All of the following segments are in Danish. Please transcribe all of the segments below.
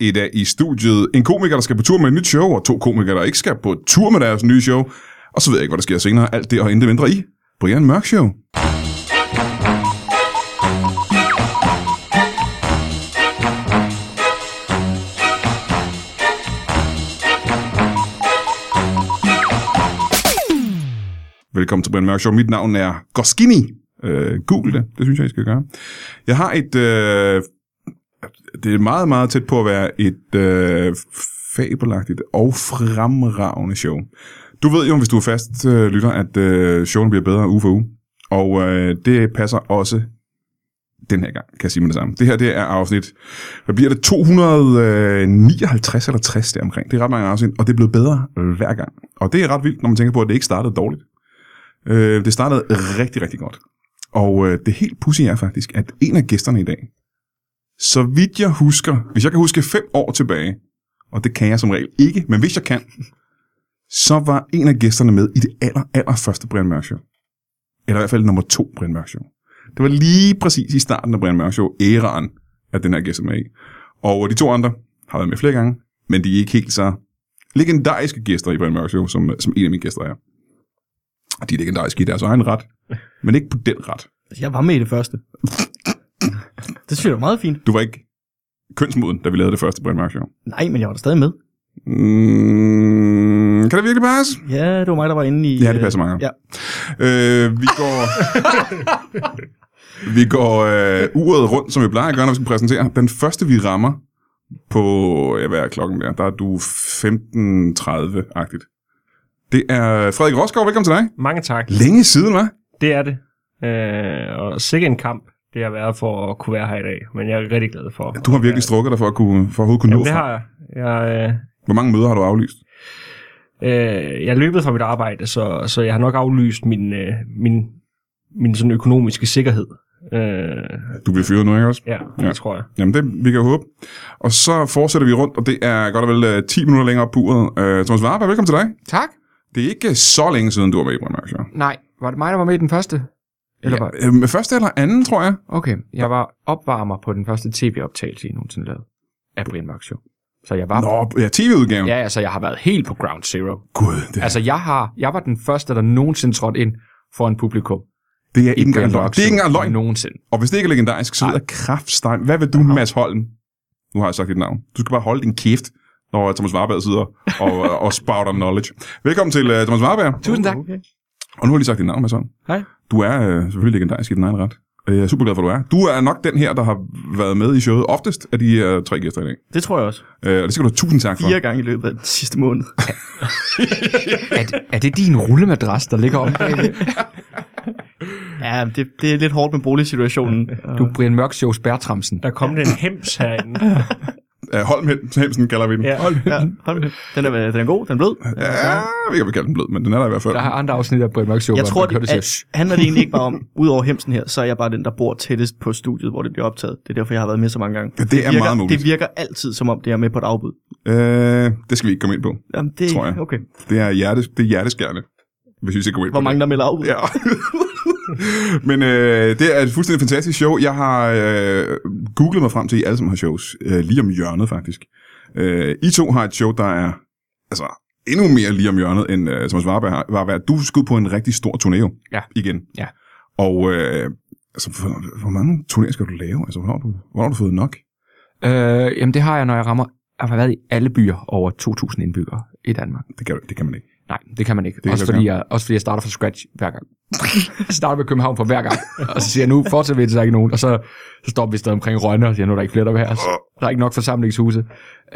i dag i studiet. En komiker, der skal på tur med et nyt show, og to komikere, der ikke skal på tur med deres nye show. Og så ved jeg ikke, hvad der sker senere. Alt det og intet mindre i Brian Mørk Show. Velkommen til Brian Mørk Show. Mit navn er Goskini. Øh, Google det. Det synes jeg, I skal gøre. Jeg har et... Øh, det er meget, meget tæt på at være et øh, fabelagtigt og fremragende show. Du ved jo, hvis du er fast øh, lytter, at øh, showen bliver bedre uge for uge. Og øh, det passer også den her gang, kan jeg sige med det samme. Det her, det er afsnit, hvad bliver det, 259 eller 60 deromkring. Det er ret mange afsnit, og det er blevet bedre hver gang. Og det er ret vildt, når man tænker på, at det ikke startede dårligt. Øh, det startede rigtig, rigtig godt. Og øh, det helt pudsige er faktisk, at en af gæsterne i dag, så vidt jeg husker, hvis jeg kan huske fem år tilbage, og det kan jeg som regel ikke, men hvis jeg kan, så var en af gæsterne med i det aller, aller første Brian Mørk Show. Eller i hvert fald nummer to Brian Mørk Show. Det var lige præcis i starten af Brian Mørk Show, æraen, at den her gæst er med i. Og de to andre har været med flere gange, men de er ikke helt så legendariske gæster i Brian Mørk Show, som, som en af mine gæster er. Og de er legendariske i deres egen ret, men ikke på den ret. Altså, Jeg var med i det første. Det synes jeg var meget fint. Du var ikke kønsmoden, da vi lavede det første Brian Mørk Show. Nej, men jeg var da stadig med. Mm, kan det virkelig passe? Ja, det var mig, der var inde i... Ja, det passer øh, meget godt. Ja. Øh, vi går... vi går øh, uret rundt, som vi plejer at gøre, når vi skal præsentere. Den første, vi rammer på... Ja, hvad er klokken der? Der er du 15.30-agtigt. Det er Frederik Rosgaard. Velkommen til dig. Mange tak. Længe siden, hva'? Det er det. Øh, og sikke en kamp, det har været for at kunne være her i dag. Men jeg er rigtig glad for. Du har virkelig strukket dig for at, kunne, for at overhovedet kunne Jamen, nå det frem. har jeg. Jeg, øh, Hvor mange møder har du aflyst? øh, jeg er løbet fra mit arbejde, så, så jeg har nok aflyst min, øh, min, min sådan økonomiske sikkerhed. Øh, Du bliver fyret nu, ikke også? ja, Ja. ja, det tror jeg. Jamen, det vi kan håbe. Og så fortsætter vi rundt, og det er godt og vel øh, 10 minutter længere op på uret. Øh, Thomas Warberg, velkommen til dig. Tak. Det er ikke så længe siden, du var med i Brian Mørk Show. Nej, var det mig, der var med i den første? Eller var ja, øh, med første eller anden, tror jeg. Okay, jeg var opvarmer på den første tv-optagelse, I nogensinde lavede af Brian Mørk Show. Så jeg var... Nå, ja, tv-udgaven. Ja, altså, jeg har været helt på ground zero. Gud, det, altså, Altså, jeg, har, jeg var den første, der nogensinde trådte ind for en publikum. det er ikke Brian engang løgn. Mørk Det er ikke Show. engang løgn. Nogensinde. Og hvis det ikke er legendarisk, så Nej. ved jeg kraftstein. Hvad vil du, Mads Holm? Nu har jeg sagt dit navn. Du skal bare holde din kæft, når Thomas Warberg sidder og, øh, og, og spouter knowledge. Velkommen til uh, Thomas Warberg. Tusind tak. Okay. Og nu har jeg lige sagt dit navn, Mads Holm. Hej. Du er øh, selvfølgelig legendarisk i din egen ret. Og Jeg er super glad for, at du er. Du er nok den her, der har været med i showet oftest af de her tre gæster i dag. Det tror jeg også. Øh, Og det skal du have tusind tak for. Fire gange i løbet af den sidste måned. Er, det- er det din rullemadras, der ligger omme bagved? Ja, det, det er lidt hårdt med boligsituationen. Du er Brian Mørk Shows Bertramsen. Der kom det en hems herinde. Øh, Holm Hem- Hemsen kalder vi den. Ja. Holm. Ja, hold nu. den, er, den er god, den er blød. Ja, jeg ved ikke, om vi kalder den blød, men den er der i hvert fald. Der er andre afsnit af Brian Mørk Show, Jeg hvor tror, man kører det, at, til. handler det egentlig ikke bare om, udover hemsen her, så er jeg bare den, der bor tættest på studiet, hvor det bliver optaget. Det er derfor, jeg har været med så mange gange. Det er virker, meget muligt. Det virker altid, som om det er med på et afbud. Øh, det skal vi ikke komme ind på. Jamen, det, Tror jeg. Okay. Det er, hjerte, det er hjerteskærende, hvis vi skal gå ind Hvor på mange der melder afbud? det. Ja. Men øh, det er et fuldstændig fantastisk show. Jeg har øh, googlet mig frem til, at I alle sammen har shows. Øh, lige om hjørnet, faktisk. Øh, I to har et show, der er altså, endnu mere lige om hjørnet, end øh, Thomas Warberg har. Warberg, du skulle på en rigtig stor turné jo. Ja. Igen. Ja. Og øh, altså, hvor, hvor mange turnéer skal du lave? Altså, hvornår har du, hvornår har du fået nok? Øh, jamen, det har jeg, når jeg rammer... Jeg har været i alle byer over 2.000 indbyggere i Danmark. Det kan, du- det kan man ikke. Nej, det kan man ikke. kan Også du fordi, ikke. jeg, også fordi jeg starter fra scratch hver gang. jeg starter med København for hver gang. Og så siger jeg, nu fortsætter vi, til der er ikke nogen. Og så, så stopper vi stadig omkring Rønne, og siger, nu er der ikke flere, der vil have os. Der er ikke nok forsamlingshuse.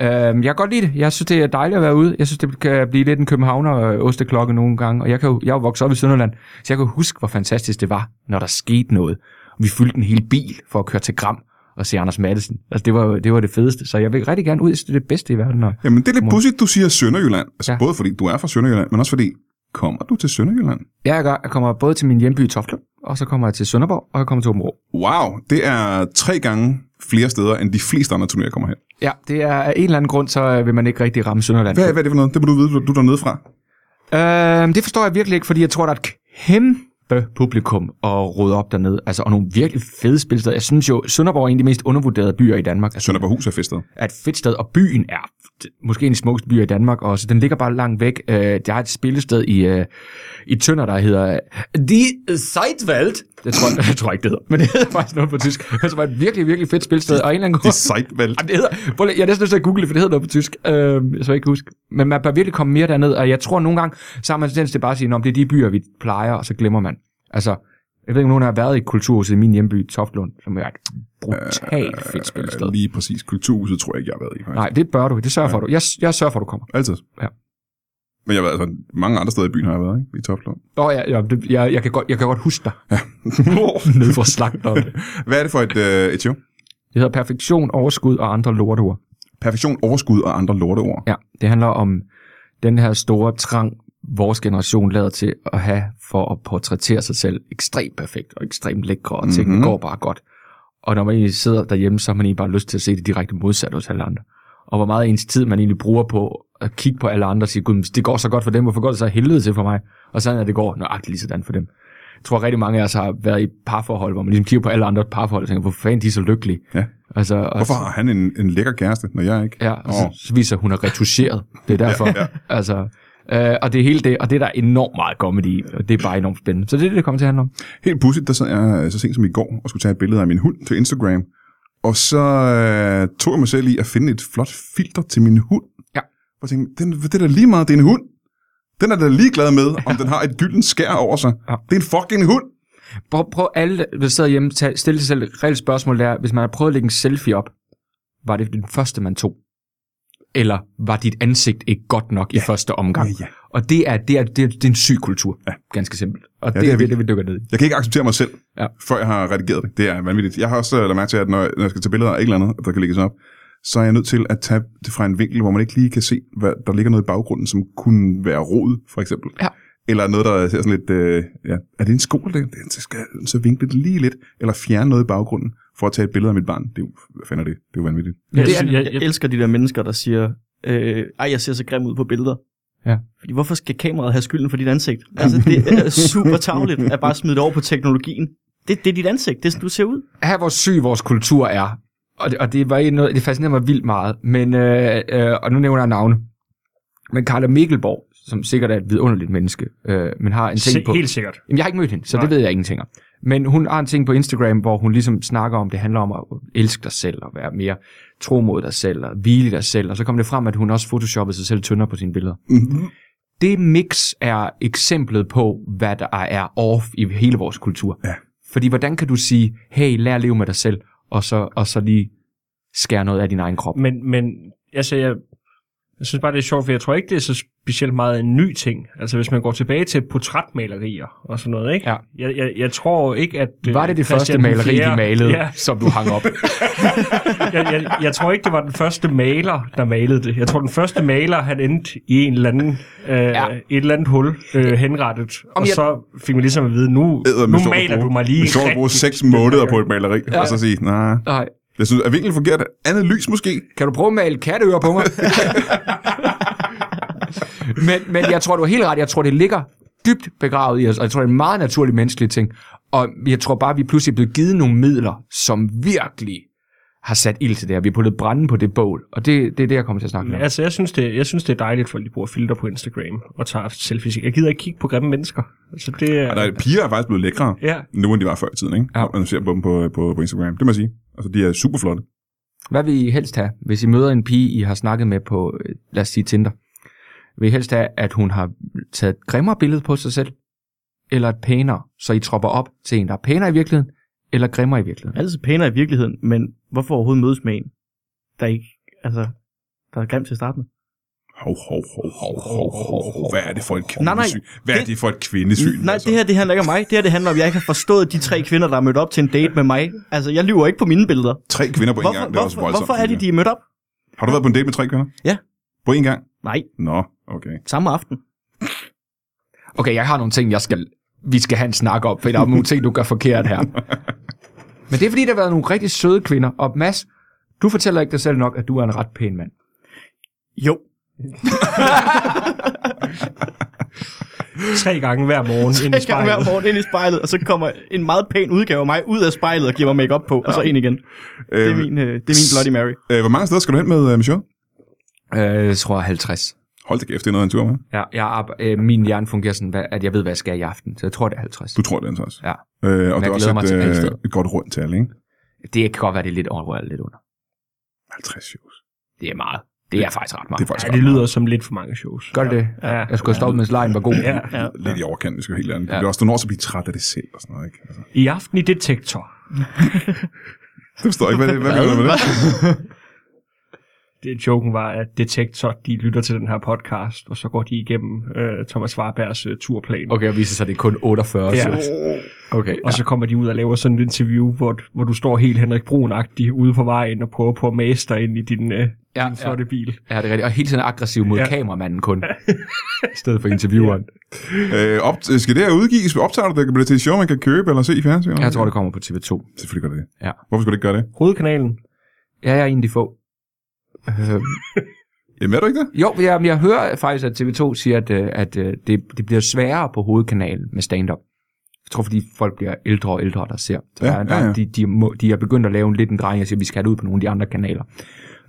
Øhm, jeg kan godt lide det. Jeg synes, det er dejligt at være ude. Jeg synes, det kan blive lidt en københavner øh, osteklokke nogle gange. Og jeg, kan jo, jeg er jo vokset op i Sønderland, så jeg kan huske, hvor fantastisk det var, når der skete noget. Vi fyldte en hel bil for at køre til Gram og se Anders Madsen. Altså, det var, jo- det var det fedeste. Så jeg vil rigtig gerne ud. Jeg synes, det er det bedste i verden. Og Jamen, det er lidt pudsigt, du siger Sønderjylland. Altså, ja. Ja. både fordi du er fra Sønderjylland, men også fordi, kommer du til Sønderjylland? Ja, jeg, gør. jeg kommer både til min hjemby i Toftlund, og så kommer jeg til Sønderborg, og jeg kommer til Åbenrå. Wow, det er tre gange flere steder, end de fleste andre turnéer kommer hen. Ja, det er af en eller anden grund, så øh, vil man ikke rigtig ramme Sønderland. Hvad, hvad er det for noget? Det må du vide, du, du er dernede fra. Øhm, det forstår jeg virkelig ikke, fordi jeg tror, der er et publikum og rydde op dernede. Altså, og nogle virkelig fede spilsteder. Jeg synes jo, Sønderborg er en af de mest undervurderede byer i Danmark. Altså, Sønderborghus er festet. er et fedt sted, og byen er t- måske en af de smukkeste byer i Danmark også. Den ligger bare langt væk. Øh, der er et spillested i, øh, i Tønder, der hedder øh, Die Seidwald. Det tror jeg, jeg tror ikke, det hedder, men det hedder faktisk noget på tysk. Altså, Det var et virkelig, virkelig fedt spilsted, og en eller anden Det er sejt, vel? Jamen, det hedder, prøv lige, jeg er næsten nødt til at google det, for det hedder noget på tysk, øh, så jeg ikke huske. Men man bør virkelig komme mere derned, og jeg tror nogle gange, så har man tendens til bare at sige, om det er de byer, vi plejer, og så glemmer man. Altså, jeg ved ikke, om nogen har været i kulturhuset i min hjemby, Toftlund, som er et brutalt Øh, fedt spilsted. Lige præcis. Kulturhuset tror jeg ikke, jeg har været i. Faktisk. Nej, det bør du. Det sørger for, du. Jeg, jeg sørger for, du kommer. Altid. Ja. Men jeg har været, altså, mange andre steder i byen har jeg været, ikke? I Toftlund. Åh, ja, ja det, jeg, jeg, kan godt, jeg kan godt huske dig. Ja. Nede fra slagteren. Hvad er det for et, øh, et show? Det hedder Perfektion, Overskud og andre lorteord. Perfektion, overskud og andre lorteord. Ja, det handler om den her store trang, vores generation lader til at have for at portrættere sig selv ekstremt perfekt og ekstremt lækre, og tingene Mhm. mm-hmm. går bare godt. Og når man egentlig sidder derhjemme, så har man egentlig bare lyst til at se det direkte modsat hos alle andre. Og hvor meget ens tid man egentlig bruger på at kigge på alle andre og sige, gud, men det går så godt for dem, hvorfor går det så af helvede til for mig? Og sådan er det går nøjagtigt lige sådan for dem. Jeg tror rigtig mange af os har været i parforhold, hvor man ligesom kigger på alle andre parforhold og tænker, hvor fanden de er så lykkelige. Ja. Altså, og- Hvorfor har han en, en lækker kæreste, når jeg ikke? Ja, og så, Åh. så viser hun er retuscheret. Det er derfor. ja, ja. Altså, øh, og det er hele det, og det er der enormt meget comedy i, og det er bare enormt spændende. Så det er det, det kommer til at handle om. Helt pudsigt, der sad jeg øh, så sent som i går og skulle tage et billede af min hund til Instagram. Og så øh, tog jeg mig selv i at finde et flot filter til min hund. Ja. Og tænkte, den, det er da lige meget, det er en hund. Den er da ligeglad med, om den har et gyldent skær over sig. Ja. Det er en fucking hund. Prøv, prøv alle, der sidder hjemme, tag, stille sig selv et reelt spørgsmål der. Hvis man har prøvet at lægge en selfie op, var det den første, man tog? Eller var dit ansigt ikke godt nok ja. i første omgang? ja. Og det er, det er, det er, det er en syg kultur, ja. ganske simpelt. Og det ja, det, er er det, vildt. det, vi dykker ned i. Jeg kan ikke acceptere mig selv, ja. Ja. før jeg har redigeret det. Det er vanvittigt. Jeg har også øh, lagt mærke til, at når jeg, når jeg skal tage billeder af et eller andet, der kan lægges op, så er jeg nødt til at tage det fra en vinkel, hvor man ikke lige kan se, hvad der ligger noget i baggrunden, som kunne være rod, for eksempel. Ja. Eller noget, der ser sådan lidt... Øh, ja. Er det en sko, eller det? det? Så skal jeg så vinkle det lige lidt, eller fjerne noget i baggrunden, for at tage et billede af mit barn. Det er jo, hvad fanden er det? Det er jo vanvittigt. Jeg, Det er- synes- jeg, Jeg jeg, elsker de der mennesker, der siger, øh, ej, jeg ser så grim ud på billeder. Ja. Fordi hvorfor skal kameraet have skylden for dit ansigt? Altså, det er super tavligt at bare smide det over på teknologien. Det, det er dit ansigt, det er sådan, du ser ud. her hvor syg vores kultur er, og det, og det var egentlig noget, det fascinerer mig vildt meget, men, øh, øh, og nu nævner jeg navne, men Carla Mikkelborg, som sikkert er et vidunderligt menneske, øh, men har en ting se, på... helt sikkert. Jamen, jeg har ikke mødt hende, så Nej. det Nej. ved jeg ingenting om. Men hun har en ting på Instagram, hvor hun ligesom snakker om, det handler om at elske dig selv, og være mere tro mod dig selv, og hvile i dig selv. Og så kom det frem, at hun også photoshoppede sig selv tyndere på sine billeder. Mm-hmm. Det mix er eksemplet på, hvad der er off i hele vores kultur. Ja. Fordi hvordan kan du sige, hey, lær at leve med dig selv, og så, og så lige skære noget af din egen krop? Men, men altså, jeg, jeg synes bare, det er sjovt, for jeg tror ikke, det er så specielt meget en ny ting. Altså, hvis man går tilbage til portrætmalerier og sådan noget, ikke? Ja. Jeg, jeg, jeg tror ikke, at... øh, Var det det første Christian den maleri, de fjerde- malede, Ja, ja. som du hang op? jeg, jeg, jeg tror ikke, det var den første maler, der malede det. Jeg tror, den første maler, han endte i en eller anden, øh, ja. et eller andet hul øh, henrettet. og jeg- så fik man ligesom at vide, nu, nu maler du mig lige Det sjovt at bruge rigtigt. seks måneder på et maleri, ja. og så sige, nej, Nej. jeg synes, er vinklen forkert? Andet lys måske? Kan du prøve at male katteører på mig? men, men jeg tror, du har helt ret. Jeg tror, det ligger dybt begravet i os, og jeg tror, det er en meget naturlig menneskelig ting. Og jeg tror bare, vi pludselig er blevet givet nogle midler, som virkelig har sat ild til det her. Vi har puttet branden på det bål, og det, det er det, jeg kommer til at snakke om. Altså, jeg synes, det, jeg synes, det er dejligt, at folk de bruger filter på Instagram og tager selfies. Jeg gider ikke kigge på grimme mennesker. Altså, det er... Og der er, piger er faktisk blevet lækre. Ja, nu end de var før i tiden, ikke? Ja. Ja. Når man ser på dem på, på, på Instagram. Det må jeg sige. Altså, de er super flotte. Hvad vil I helst have, hvis I møder en pige, I har snakket med på, øh, lad os sige, Tinder? Vil I helst have, at hun har taget et grimmere billede på sig selv, eller et pænere, så I tropper op til en, der er pænere i virkeligheden, eller grimmere i virkeligheden? Altså pænere i virkeligheden, men hvorfor overhovedet mødes med en, der ikke, altså, der er grim til at starte med? Hov, hov, hov, hov, hov, hov, hov. Hvad er det for et Nej, nej. kvindesyn? Hvad er Det- det for et kvindesyn? Nej, altså? det her det handler ikke om mig. Det her det handler om, at jeg ikke har forstået de tre kvinder, der er mødt op til en date med mig. Altså, jeg lyver ikke på mine billeder. Tre kvinder på en Hvorfor, gang, det er også hvorfor, voldsomt. hvorfor er det, de er mødt op? Har du været på en date med tre kvinder? Ja. På en gang? Nej, Nå, okay. samme aften. Okay, jeg har nogle ting, jeg skal, vi skal have en snak om, for der er nogle ting, du gør forkert her. Men det er fordi, der har været nogle rigtig søde kvinder, og Mads, du fortæller ikke dig selv nok, at du er en ret pæn mand. Jo, tre gange hver morgen ind i Jeg går hver spejlet. morgen ind i spejlet, og så kommer en meget pæn udgave af mig ud af spejlet og giver mig makeup på, og så ind igen. Det er Øh, min, øh, det er min Bloody Mary. øh, hvor mange steder skal du hen med, øh, Michel? Øh, jeg tror 50. Hold da kæft, det er noget af en tur, hva'? Ja, jeg arbej- øh, min hjerne fungerer sådan, hvad- at jeg ved, hvad jeg skal i aften. Så jeg tror, det er 50. Du tror, det er en også. Ja. Øh, og det jeg er også glæder mig et, til alle øh, steder. et godt rundt tal, ikke? Det kan godt være, det er lidt over eller lidt under. 50 shows. Det er meget. Det er faktisk ret Det er meget. faktisk Ja, ja, det lyder som lidt for mange shows. Gør det det? Ja. Jeg skulle have stoppet, mens lejen var god. Ja. Ja. lidt i overkanten, vi skal være helt ærligt. Ja. Det er også, du når så at blive træt af det selv og sådan noget, ikke? Altså, I aften i Detektor. det forstår jeg ikke. Hvad, hvad, hvad, hvad, med det? Det, joken var, at Detektor, de lytter til den her podcast, og så går de igennem øh, Thomas Warbergs øh, turplan. Okay, og viser sig, at det er kun 48. Ja. Ja. Okay, Og så kommer de ud og laver sådan et interview, hvor, hvor du står helt Henrik brun ude på vejen og prøver på at mase dig ind i din, øh, Ja, din flotte bil. ja, det er rigtigt. Og hele tiden aggressiv mod Ja. ja. kameramanden kun. I stedet for intervieweren. Øh, op, skal det her udgives? Optager du det? Bliver det til et show, man kan købe eller se i fjernsynet? Jeg tror, det kommer på TV2. Selvfølgelig gør det det. Ja. Hvorfor skulle det ikke gøre det? Hovedkanalen. Ja, jeg er en af de få. Øh, Jamen er du ikke det? jo, jeg, jeg hører faktisk, at TV2 siger, at, øh, at øh, det, det bliver sværere på hovedkanalen med stand-up. Jeg tror, fordi folk bliver ældre og ældre, der ser. Så Ja, ja, der, der, ja, ja. De, de, må, de er begyndt at lave en lidt en drejning og siger, at vi skal have det ud på nogle af de andre kanaler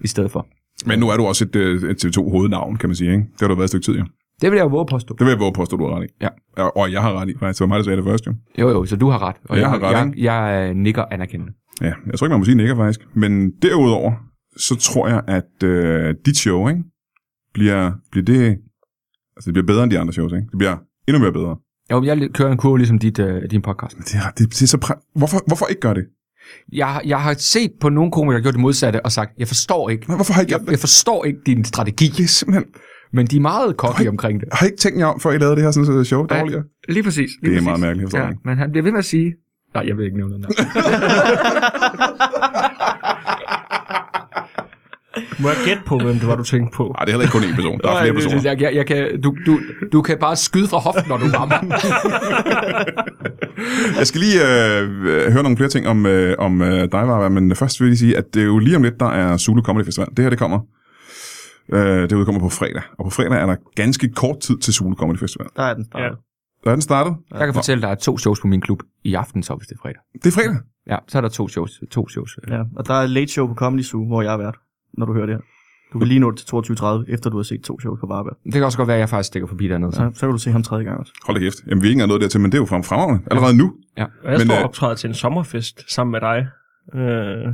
i stedet for. Men nu er du også et, øh, et TV2-hovednavn, kan man sige, ikke? Det har du været et stykke tid, ja. Det vil jeg jo våge at påstå. Det vil jeg våge på, at du har ret i. Ja. Og- Og jeg har ret i, faktisk. Det var mig, der sagde det først, jo. Jo, jo, så du har ret. Jeg har ret, jeg, jeg, jeg øh, nikker anerkendende. Ja, jeg tror ikke, man må sige nikker, faktisk. Men derudover, så tror jeg, at øh, dit show, ikke? Bliver, bliver det... Altså, det bliver bedre end de andre shows, ikke? Det bliver endnu mere bedre. Jo, men jeg kører en kurve ligesom dit, øh, din podcast. Det er, det, det er så præ- hvorfor, hvorfor ikke gøre det? Jeg, har- jeg har set på nogle komikere, der har gjort det modsatte og sagt, jeg forstår ikke, Nej, hvorfor har I ikke jeg, gjort jeg forstår ikke din strategi, det? er simpelthen... men de er meget cocky omkring det. Har I ikke tænkt jer om, før I lavede det her sådan, så show dårligere? Lige præcis. Lige Det er præcis. meget mærkeligt, jeg forstår Ja, ikke. men han bliver ved med at sige... Nej, jeg vil ikke nævne noget. Må jeg gætte på, hvem det var, du tænkte på? Nej, det er heller ikke kun én person. Der er flere personer. Altså, Jeg, jeg, jeg kan, du, du, du kan bare skyde fra hoften, når du rammer. Jeg skal lige øh, øh, høre nogle flere ting om, øh, om øh, dig, Varberg, men først vil jeg lige sige, at det er jo lige om lidt, der er Zulu Comedy Festival. Det her, det kommer, øh, det udkommer på fredag. Og på fredag er der ganske kort tid til Zulu Comedy Festival. Der er den startet. Der er den startet. jeg kan fortælle, at der er to shows på min klub i aften, så hvis det er fredag. Det er fredag. Ja, så er der to shows. To shows. Ja, og der er Late Show på Comedy Zoo, hvor jeg er vært, når du hører det her. Du kan lige nå det til 22.30, efter du har set to shows på Varberg. Det kan også godt være, at jeg faktisk stikker forbi dernede. Så. Så, så kan du se ham tredje gang også. Hold da kæft. Jamen, vi er ikke engang nået dertil, men det er jo frem fremragende. Allerede nu. Og jeg Men, men, står øh, og optræder til en sommerfest sammen med dig. Øh,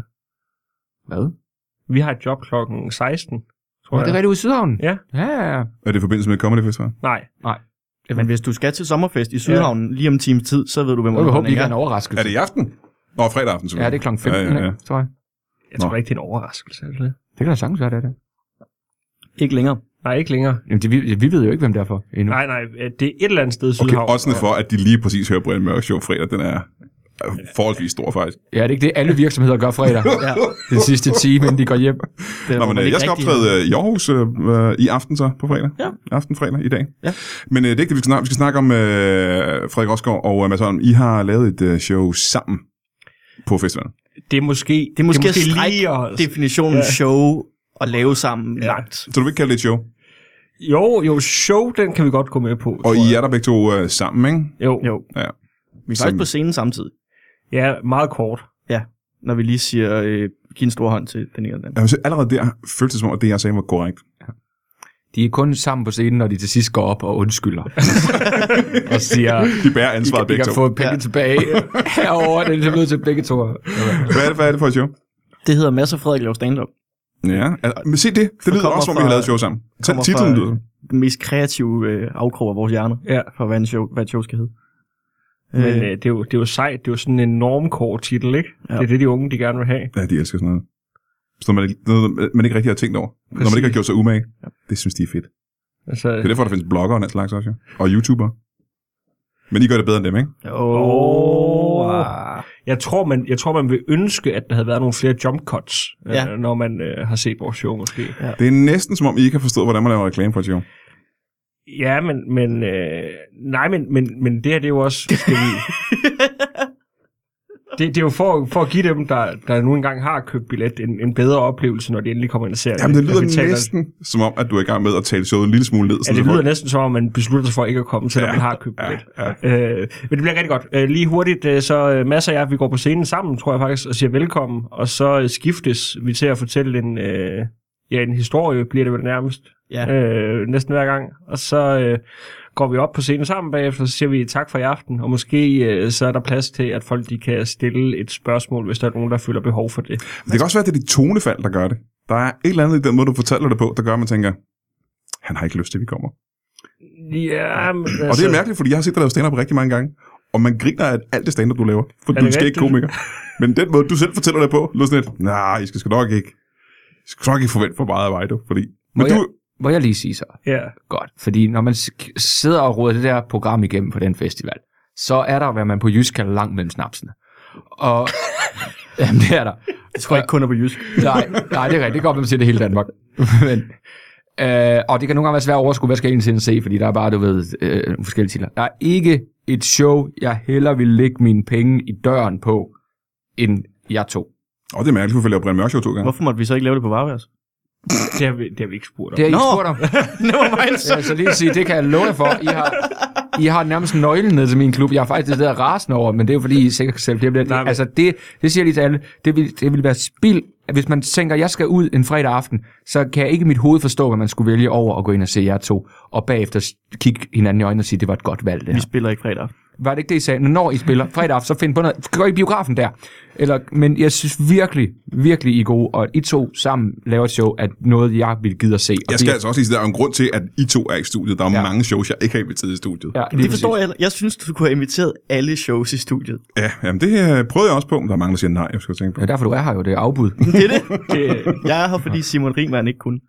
Hvad? vi har et job klokken 16, tror Ja. jeg. Det er rigtigt ude i Sydhavnen? Ja. Ja, ja, ja. Er det i forbindelse med Comedy Festival? Nej, Men hvis du skal til sommerfest i Sydhavnen lige om en times tid, så ved du, hvem Jeg håber, det underholdningen ikke er en er. overraskelse. Er det i aften? Nå, fredag aften, Ja, selvfølgelig. det er klokken 15, Ja, ja, ja. ikke, tror jeg. jeg Nå. tror ikke, det er en overraskelse. Eller? det? Det kan da sagtens være, det er det. Ikke længere. Nej, ikke længere. Jamen, det, vi, vi ved jo ikke, hvem det er for endnu. Nej, nej, øh, det er et eller andet sted i Okay, Sydhavn. oddsene for, at de lige præcis hører Brian Mørk Show fredag, den er øh, forholdsvis stor, faktisk. Ja, det er ikke det, alle virksomheder gør fredag. Ja. Den sidste time, inden de går hjem. Det er, Nå, hvor men, man øh, ikke jeg skal rigtig- optræde øh, i Aarhus øh, øh, i aften så, på fredag. Ja. Aften fredag i dag. Ja. Men øh, det er ikke det, vi skal snakke, vi skal snakke om. Øh, Frederik Rosgaard og øh, Mads Holm, I har lavet et øh, show sammen på festivalen. Øh, Det er måske, Det er måske, det er måske lige at at... strække definitionen Ja. show og lave sammen Ja. langt. Så du vil ikke kalde det et show. Jo, jo, show, den kan vi godt gå med på. Og tror I jeg. er der begge to øh, sammen, ikke? Jo. jo. Jo, Ja. vi er Som- faktisk på scenen samtidig, Ja, meget kort. når vi lige siger, øh, giv en stor hånd til den ene eller den anden. Jeg vil sige, allerede der føltes det som om, at det, jeg sagde, var korrekt. De er kun sammen på scenen, når de til sidst går op og undskylder. og siger, De bærer I ansvaret kan, I begge to. kan få penge ja. tilbage herover. Det er blevet til begge to. Hvad, er det, hvad er det for et show? Det hedder Mads og Frederik laver stand-up. Ja, altså, men se det. Det lyder kommer også, som om I fra- har lavet et show sammen. Selv kommer titlen fra- lyder. Den mest kreative øh, afkrog af vores hjerner, Ja. for hvad, en show, hvad et show skal hedde. Men Øh, øh, det, er jo, det er jo sejt. Det er jo sådan en normkort titel, ikke? Ja. Ja. Det er det, de unge, de gerne vil have. Ja, de elsker sådan noget. Sådan noget, man, ikke- noget, man ikke rigtig har tænkt over. Når man ikke har gjort sig umage. Det synes de er fedt. Altså, Det er derfor, der findes bloggere og den slags også, jo. Og YouTubere. Men I gør det bedre end dem, ikke? øh, Åh. jeg, tror, man, jeg tror, man vil ønske, at der havde været nogle flere jump cuts, ja. Ja. øh, når man øh, har set vores show måske. Det er næsten som om, I ikke har forstået, hvordan man laver reklame for et show. Ja, men, men øh, nej, men, men, men det her, det er jo også, skal vi, Det, det er jo for, for at give dem, der, der nu engang har købt billet, en, en bedre oplevelse, når de endelig kommer ind og ser Jamen, det At lyder vi taler- næsten som om, at du er i gang med at tale showet en lille smule ned. Ja, sådan det så lyder folk- næsten som om, man beslutter sig for ikke at komme, selvom Ja, man har købt ja, billet. Øh, men det bliver rigtig godt. Øh, lige hurtigt, øh, så øh, Mads og jeg, vi går på scenen sammen, tror jeg faktisk, og siger velkommen, og så øh, skiftes vi til at fortælle en, øh, ja, en historie, bliver det vel nærmest, Ja. øh, næsten hver gang. Og så øh, går vi op på scenen sammen bagefter, så siger vi tak for i aften, og måske øh, så er der plads til, at folk de kan stille et spørgsmål, hvis der er nogen, der føler behov for det. Men Det kan også være, at det er dit tonefald, der gør det. Der er et eller andet i den måde, du fortæller det på, der gør, at man tænker, han har ikke lyst til, at vi kommer. Ja, men, altså, Og det er mærkeligt, fordi jeg har set dig lave stand-up rigtig mange gange, og man griner af alt det stand-up, du laver, for Er du det skal ikke rigtigt? komiker. Men den måde, du selv fortæller det på, lyder sådan lidt, nej, I skal sgu nok ikke, I skal sgu nok ikke forvente for meget af mig, du, fordi... Men Må du, jeg- Må jeg lige sige så? Ja, Godt. Fordi når man sk- sidder og roder det der program igennem på den festival, så er der, hvad man på jysk kalder langt mellem snapsene. Og jamen, det er der. Jeg tror ikke kun er på jysk. Nej, nej, det er rigtigt. Det er godt, at man siger det i hele Danmark. Men, øh, og det kan nogle gange være svært at overskue, hvad skal jeg egentlig se, fordi der er bare, du ved, øh, nogle forskellige titler. Der er ikke et show, jeg hellere vil lægge mine penge i døren på, end jeg to. åh, det er mærkeligt, hvorfor laver Brian Mørk Show to gange. Hvorfor måtte vi så ikke lave det på Varværs? det har vi, det har vi ikke spurgt om. Det har I ikke Nå. spurgt om. Nevermind, Jeg vil så lige sige, det kan jeg love jer for. I har, I har nærmest nøglen ned til min klub. Jeg er faktisk det der rasende over, men det er jo fordi, I sikkert selv bliver det. Nej, men- Altså det, det siger jeg lige til alle. Det vil, det vil være spild. Hvis man tænker, jeg skal ud en fredag aften, så kan jeg ikke i mit hoved forstå, hvad man skulle vælge over at gå ind og se jer to, og bagefter s- kigge hinanden i øjnene og sige, det var et godt valg det Vi her. spiller ikke fredag. Var det ikke det, I sagde? Når I spiller fredag aften, så find på noget. Gå i biografen der. Eller, men jeg synes virkelig, virkelig, I er gode, og I to sammen laver et show af noget, jeg vil gide at se. Og Jeg skal det- altså også lige sige, der er jo en grund til, at I to er i studiet. Der er ja. Ja. mange shows, jeg ikke har inviteret i studiet. Ja, lige Det præcis. forstår jeg. heller- Jeg synes, du kunne have inviteret alle shows i studiet. ja jamen, det øh, prøvede jeg også på, men der er mange, der siger nej, jeg skal tænke på. Det er derfor, du er her jo, det er afbud. Det er det. Det, Jeg er her, fordi Simon Riemann ikke kunne.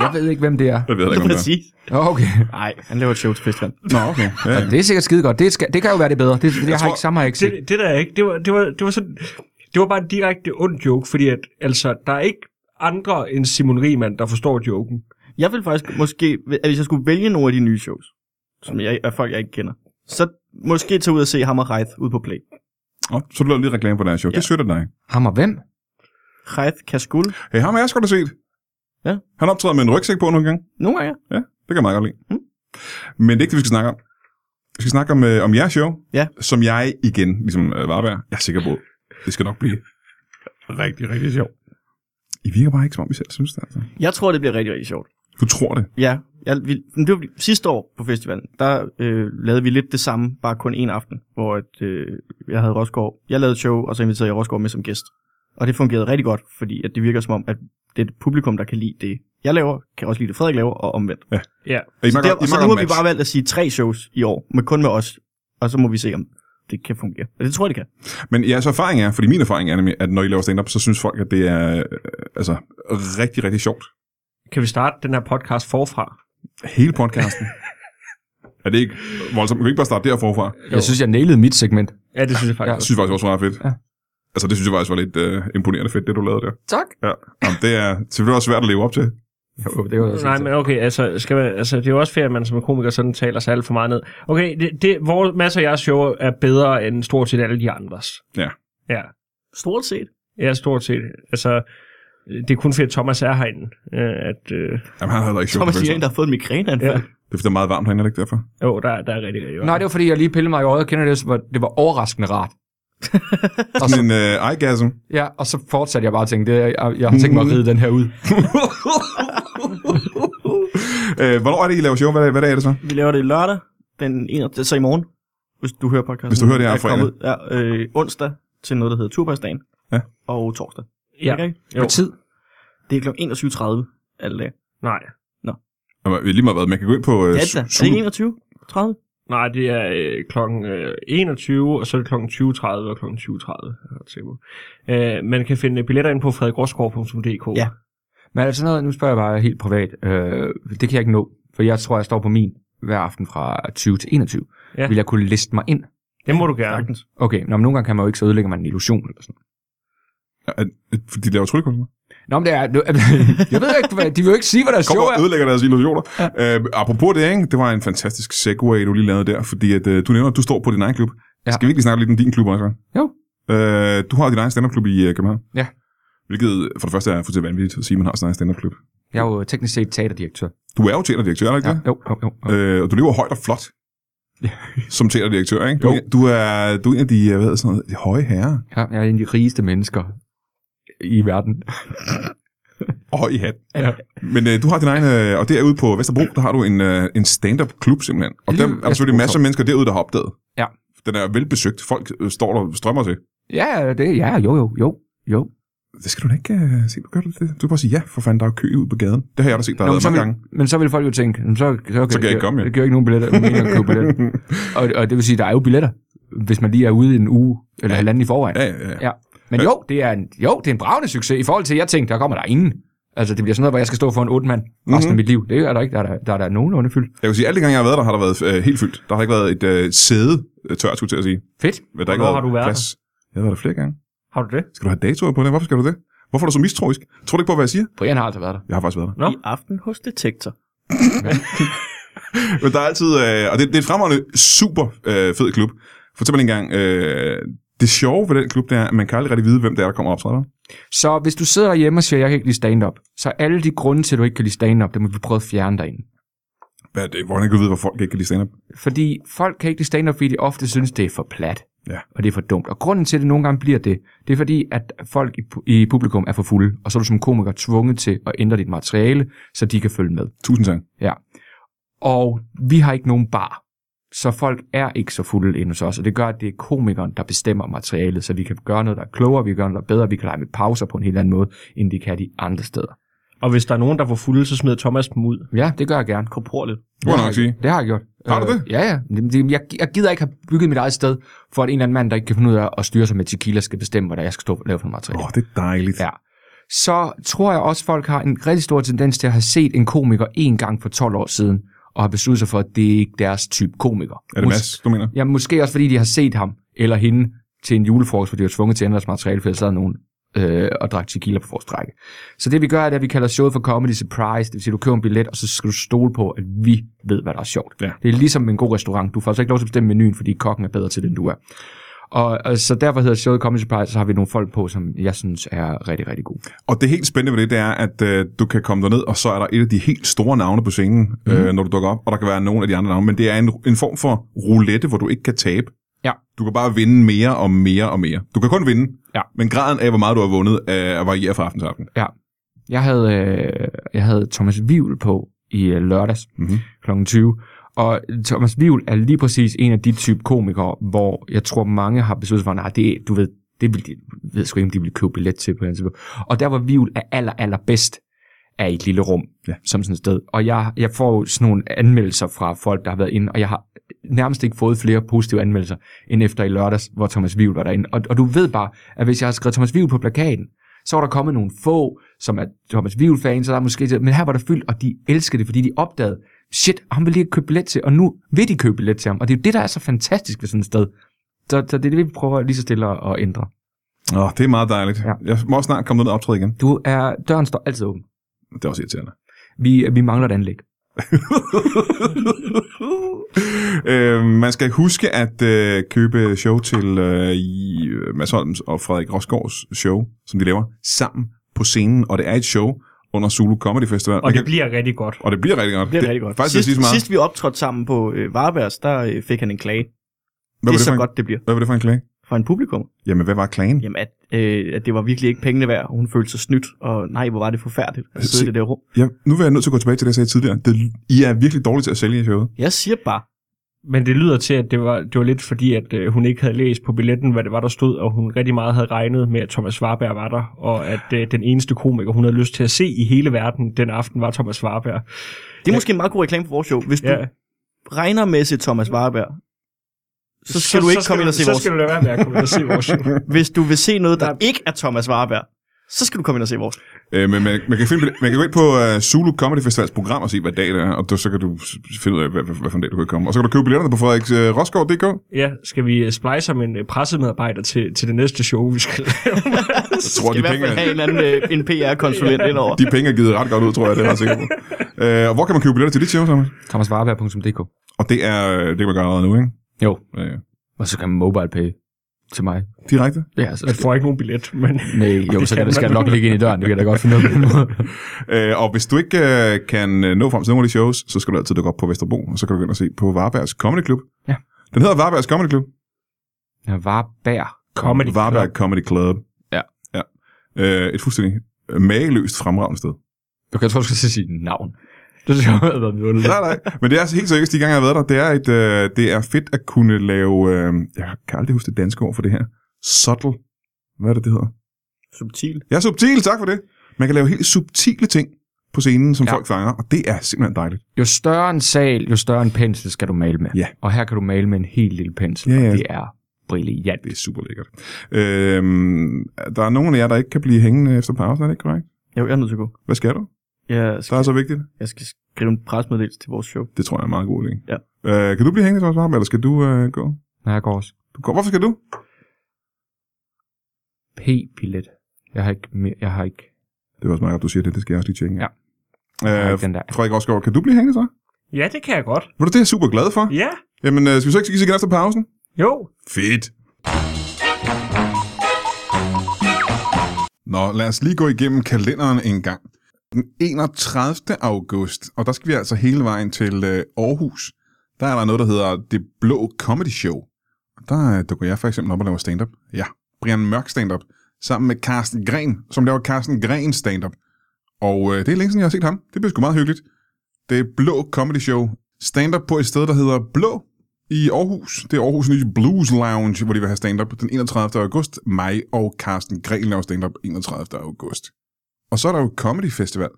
Jeg ved ikke, hvem det er. Jeg ved heller ikke, om det er. Præcis. Okay. Nej, han laver et show til festivalen. Nå, okay. Ja, ja. Det er sikkert skide godt. Det, skal, det kan jo være det bedre. Det, det jeg, jeg har tror- ikke samme har jeg ikke set. det, det der er ikke, det var, det var, det var sådan, det var bare en direkte ond joke, fordi at, altså, der er ikke andre end Simon Riemann, der forstår joken. Jeg vil faktisk måske, at hvis jeg skulle vælge nogle af de nye shows, som jeg, af folk, jeg ikke kender, så måske tage ud og se ham og Reith ude på Play. Nå, så du lavede lige reklame på deres show. Ja. Det er sødt af dig. Ham og hvem? Reith Kaskul. Hey, ham har jeg sgu da set. Ja. Han optræder med en rygsæk på nogle gange. Nogle gange. Ja, det kan jeg meget godt lide. Mm. Men det er ikke det, vi skal snakke om. Vi skal snakke om, øh, om jeres show, Ja. som jeg igen, ligesom øh, Varberg, jeg er sikker på, det skal nok blive rigtig, rigtig sjovt. I virker bare ikke, som om I selv synes det, altså. Jeg tror, det bliver rigtig, rigtig sjovt. Du tror det. Ja, jeg, vi, men det var, fordi- sidste år på festivalen, der øh, lavede vi lidt det samme, bare kun en aften, hvor at, øh, jeg havde Rosgaard. Jeg lavede et show, og så inviterede jeg Rosgaard med som gæst. Og det fungerede rigtig godt, fordi at det virker som om, at det er et publikum, der kan lide det, jeg laver, kan også lide det, Frederik laver, og omvendt. Ja. Og I Så, makker, der, I så makker nu har vi match. bare valgt at sige tre shows i år, men kun med os. Og så må vi se, om det kan fungere. Og det tror jeg, det kan. Men jeres erfaring er, fordi min erfaring er nemlig, at når I laver stand-up, så synes folk, at det er øh, altså, rigtig, rigtig sjovt. Kan vi starte den her podcast forfra? Hele podcasten. er det ikke voldsomt? Man kan ikke bare starte der forfra. Jeg synes, jeg nailede mit segment. Ja, det synes jeg faktisk. Jeg Ja. synes faktisk også, det var fedt. Ja. Altså, det synes jeg faktisk var lidt øh, imponerende fedt, det du lavede der. Tak. Ja. Jamen, det er selvfølgelig også svært at leve op til. Det var også Nej, men okay, altså, skal man, altså, det er jo også fair, at man som komiker sådan taler sig alt for meget ned. Okay, det, det, vores, masser af jeres show er bedre end stort set alle de andres. Ja. Ja, Stort set. ja stort set. Altså, det er kun fordi at Thomas er herinde, øh, at... Øh, Jamen, han havde ikke sjovt. Thomas på siger, en, festival. der har fået en migræneanfald. ja. Ja. Det er fordi, det er meget varmt herinde, er det ikke derfor? Jo, der, der er rigtig, rigtig godt. Nej, det var fordi, jeg lige pillede mig i øjet og kender det, så var, det var overraskende rart. og, så, Men øh, eyegasm. ja, og så fortsatte jeg bare og tænkte, det, er- jeg, jeg har tænkt mig at ride den her ud. øh, hvornår er det, I laver show? Hvad, dag- hvad dag er det så? Vi laver det lørdag, den 21. Så i morgen, hvis du hører podcasten. Hvis du hører det her Jeg er fredag. kommet- Ja, øh, onsdag til noget, der hedder Turbasdagen. Ja. Og torsdag. Ja. Okay? Jo. Hvad tid? Det er kl. 21.30 alle dage. Nej. Jamen, vi har lige meget været. Man kan gå ind på... Øh, Det er det da. Er det ikke 21.30? Nej, det er øh, kl. 21, og så er det kl. 20.30 og kl. 20.30. jeg er sikker på. Øh, man kan finde billetter ind på frederikosgaard.dk. Ja. Men altså noget, nu spørger jeg bare helt privat. Øh, det kan jeg ikke nå, for jeg tror, jeg står på min hver aften fra 20 til 21. Ja. Vil jeg kunne liste mig ind? Det må du gerne. Sagtens. Okay, nå, men nogle gange kan man jo ikke, så ødelægger man en illusion eller sådan noget. Fordi de laver tryllekunstner. Nå, men det er... Jeg ved ikke, hvad, de vil jo ikke sige, hvad deres Kom show og er. ødelægger deres illusioner. Ja. Øh, apropos det, ikke? det var en fantastisk segue, du lige lavede der, fordi at, øh, du nævner, at du står på din egen klub. Ja. Ja. Skal vi ikke lige snakke lidt om din klub også? hva'? Jo. Øh, du har din egen stand-up-klub i øh, København. Ja. Hvilket øh, for det første er fuldstændig vanvittigt at sige, at man har sin egen stand-up-klub. Jeg er jo teknisk set teaterdirektør. Du er jo teaterdirektør, er du ikke Ja. det? Jo, jo, jo. jo. Øh, og du lever højt og flot. Ja. Som teaterdirektør, ikke? Du, Jo. er- du, er, du er en af de, øh, hvad hedder sådan noget, de høje herrer. Ja, jeg er en af de rigeste mennesker i verden. Og høj i hat. Ja. Men øh, du har din egen, øh, og derude på Vesterbro, der har du en, øh, en stand-up-klub simpelthen. Og Lille der er der selvfølgelig Vesterbro masser af mennesker derude, der har opdaget. Ja. Den er velbesøgt. Folk øh, står der og strømmer til. Ja, det, ja, jo, jo, jo, jo. Det skal du da ikke uh, se, du gør det. Du kan bare sige ja, for fanden, der er kø ude på gaden. Det har jeg da set, der har men, været så mange vil, gange. men så vil folk jo tænke, "Jamen, så, så, så, kan jeg ikke komme, ja." Det giver ikke nogen billetter. men ingen kan købe billetter. Og, og det vil sige, der er jo billetter, hvis man lige er ude i en uge eller Ja. ja. halvanden i forvejen. Ja, ja, ja. Ja. Men Ja. jo, det er en, jo, det er en bravende succes. I forhold til, jeg tænkte, der kommer der ingen. Altså, det bliver sådan noget, hvor jeg skal stå for en otte mand resten mm-hmm. af Mhm. mit liv. Det er der ikke, der er der, der, er der nogenlunde fyldt. Jeg vil sige, alle de gange, jeg har været der, har der været øh, helt fyldt. Der har ikke været et øh, sæde øh, tørt, skulle jeg til at sige. Fedt. Men der har ikke Hvornår har du været Jeg har været der flere gange. Har du det? Skal du have datoer på det? Hvorfor skal du det? Hvorfor er du så mistroisk? Tror du ikke på, hvad jeg siger? Brian har altså været der. Jeg har faktisk været der. Nå. I aften hos Detektor. Men der er altid, øh, og det, det er et fremragende, super øh, fed klub. Fortæl mig en gang, øh, det sjove ved den klub, det er, at man kan aldrig rigtig vide, hvem det er, der kommer op, så Så hvis du sidder derhjemme og siger, jeg kan ikke lide stand-up, så alle de grunde til, at du ikke kan lide stand-up, det må vi prøve at fjerne derinde. Hvad er det? Hvordan kan du vide, hvor folk ikke kan lide stand-up? Fordi folk kan ikke lide stand-up, fordi de ofte synes, det er for plat. Ja. Og det er for dumt. Og grunden til, at det nogle gange bliver det, det er fordi, at folk i, pu- i publikum er for fulde, og så er du som komiker tvunget til at ændre dit materiale, så de kan følge med. Tusind tak. Og vi har ikke nogen bar, så folk er ikke så fulde inde hos os, og det gør, at det er komikeren, der bestemmer materialet, så vi kan gøre noget, der er klogere, vi kan gøre noget, der er bedre, vi kan lege med pauser på en helt anden måde, end de kan de andre steder. Og hvis der er nogen, der får fulde, så smider Thomas dem ud. Ja, det gør jeg gerne. Korporlet. Det må jeg nok sige. Det har jeg gjort. Har du Øh, det? Ja, ja. Jamen, det- Jeg, jeg gider ikke have bygget mit eget sted, for at en eller anden mand, der ikke kan finde ud af at styre sig med tequila, skal bestemme, hvad der er, jeg skal stå og lave for noget materiale. Åh, oh, det er dejligt. Ja. Så tror jeg også, folk har en rigtig stor tendens til at have set en komiker en gang for 12 år siden, og har besluttet sig for, at det er ikke deres type komiker. Er det Mads, du mener? Ja, måske også fordi de har set ham eller hende til en julefrokost, hvor de var tvunget til at ændre deres materiale, fordi der sad nogen øh, og drak tequila på vores række. Så det vi gør, er, at vi kalder showet for Comedy Surprise. Det vil sige, at du køber en billet, og så skal du stole på, at vi ved, hvad der er sjovt. Ja. Det er ligesom med en god restaurant. Du får altså ikke lov til at bestemme menuen, fordi kokken er bedre til det, end du er. Og, og så derfor hedder showet Comedy Surprise, så har vi nogle folk på, som jeg synes er rigtig, rigtig gode. Og det helt spændende ved det, det er, at øh, du kan komme derned, og så er der et af de helt store navne på scenen, mm. øh, når du dukker op, og der kan være nogle af de andre navne, men det er en, en form for roulette, hvor du ikke kan tabe. Ja. Du kan bare vinde mere og mere og mere. Du kan kun vinde, Ja. men graden af, hvor meget du har vundet, øh, varierer fra aften til aften. Jeg havde, øh, jeg havde Thomas Vivl på i øh, lørdags, Mm-hmm. kl. 20. Og Thomas Vivl er lige præcis en af de type komikere, hvor jeg tror mange har besluttet sig for, nej, det, er- du ved, det vil de, ved sgu ikke, om de vil købe billet til på den tidspunkt. Og der var Vivl er aller, aller bedst af et lille rum, Ja. ja. som sådan et sted. Og jeg, jeg får jo sådan nogle anmeldelser fra folk, der har været inde, og jeg har nærmest ikke fået flere positive anmeldelser, end efter i lørdags, hvor Thomas Vivl var derinde. Og, og du ved bare, at hvis jeg har skrevet Thomas Vivl på plakaten, så var der kommet nogle få, som er Thomas Vivl-fans, så der er måske, men her var der fyldt, og de elskede det, fordi de opdagede, shit, ham vil lige købe billet til, og nu vil de købe billet til ham. Og det er jo det, der er så fantastisk ved sådan et sted. Så, så det er det, vi prøver lige så stille at, at ændre. Åh, det er meget dejligt. Ja. Ja. Jeg må snart komme ned og optræde igen. Du er, døren står altid åben. Det er også irriterende. Vi, vi mangler et anlæg. øh, man skal huske at øh, købe show til øh, i, øh, Mads Holms og Frederik Rosgaards show, som de laver sammen på scenen, og det er et show under Zulu Comedy Festival. Og Jeg det kan- bliver rigtig godt. og det bliver rigtig godt. Det er rigtig godt. Faktisk sidst, sidst, sige så meget. sidst vi optrådte sammen på øh, Varebærs, der øh, fik han en hvad, klage. det var er det så for en, godt, det bliver. hvad var det for en klage? Fra en publikum. Jamen, hvad var klagen? Jamen, at, øh, at det var virkelig ikke pengene værd. og Hun følte sig snydt, og nej, hvor var det forfærdeligt at sidde i det der rum. Ja, nu vil jeg nødt til at gå tilbage til det, jeg sagde tidligere. Det, I er virkelig dårlige til at sælge i showet. Jeg siger bare, Men det lyder til, at det var, det var lidt fordi, at øh, hun ikke havde læst på billetten, hvad det var, der stod, og hun rigtig meget havde regnet med, at Thomas Warberg var der, og at øh, den eneste komiker, hun havde lyst til at se i hele verden den aften, var Thomas Warberg. det er måske en meget god reklame for vores show. Hvis du Ja. regner med at se Thomas Vareberg, så skal du ikke komme ind og se så vores skal du lade være med at komme ind og se vores show. Hvis du vil se noget, der ikke er Thomas Warberg, så skal du komme ind og se vores. Øh, men man, man, kan finde, man kan gå ind på uh, Zulu Comedy Festivals program og se, hvad dag det er, og du, så kan du s- finde ud af, hvad, hvad, hvad for en dag du kan komme. Og så kan du købe billetterne på øh, frederiksrosgaard.dk. Ja, skal vi øh, splice om en øh, pressemedarbejder til, til det næste show, vi skal lave? Jeg tror, skal de i hvert penge, fald have en, anden, øh, en PR-konsulent indover. de penge er givet ret godt ud, tror jeg, det er jeg ret sikker på. Øh, og hvor kan man købe billetter til dit show, Thomas? Thomasvarberg.dk Og det er, øh, det kan man gøre allerede nu, ikke? Jo, Øh, Og så kan man mobile pay til mig. Direkte. Ja, så Man får ikke nogen billet, men Nej, jo, det så kan kan det man. skal nok ligge ind i døren. Det kan jeg da godt finde ud af. på den måde. Øh, og hvis du ikke øh, kan øh, nå frem til nogle af de shows, så skal du altid dukke op på Vesterbro, og så kan du gå ind og se på Varbergs Comedy Club. Ja. Den hedder Varbergs Comedy Club. Ja, var bær. Comedy Varberg Comedy Club. Ja. ja. Øh, et fuldstændig mageløst fremragende sted. Okay, jeg tror, du skal til at sige navn. Det synes jeg havde været nullet. Nej, nej. Men det er altså helt seriøst, de gange jeg har været der, det er, et, øh, det er fedt at kunne lave, øh, jeg kan aldrig huske det danske ord for det her, subtle, hvad er det, det hedder? Subtil. Ja, subtil, tak for det. Man kan lave helt subtile ting på scenen, som ja. Ja. folk fanger, og det er simpelthen dejligt. Jo større en sal, jo større en pensel skal du male med. Ja. Og her kan du male med en helt lille pensel, Ja, ja. og det er brilliant. Det er super lækkert. Øhm, der er nogen af jer, der ikke kan blive hængende efter pausen, er det ikke korrekt? Jo, jeg er nødt til at gå. Hvad skal du? Jeg Der skal, er så vigtigt. jeg skal skrive en presmeddelelse til vores show. Det tror jeg er en meget god idé. Ja. Øh, kan du blive hængende, Thomas Warberg, eller skal du øh, gå? Når jeg går også. Du går. Hvorfor skal du? P-billet. Jeg har ikke... mere- Jeg har ikke... Det var også meget godt, du siger det. Det skal jeg også lige tjekke. Ja. Øh, Nej, den der. Frederik Rosgaard, kan du blive hængende så? Ja, det kan jeg godt. Ved du, det er jeg super glad for. Ja, Jamen, øh, skal vi så ikke ses igen efter pausen? jo. Fedt. Nå, lad os lige gå igennem kalenderen en gang. Den 31. august, og der skal vi altså hele vejen til øh, Aarhus. Der er der noget, der hedder Det Blå Comedy Show. Og Der øh, dukker jeg for eksempel op og laver stand-up. Ja, Brian Mørk stand-up. Sammen med Carsten Gren, som laver Carsten Gren stand-up. Og øh, det er længe siden, jeg har set ham. Det bliver sgu meget hyggeligt. Det Blå Comedy Show. Stand-up på et sted, der hedder Blå i Aarhus. Det er Aarhus nye Blues Lounge, hvor de vil have stand-up den 31. august. Mig og Carsten Gren laver stand-up 31. august. Og så er der jo Comedy Festival,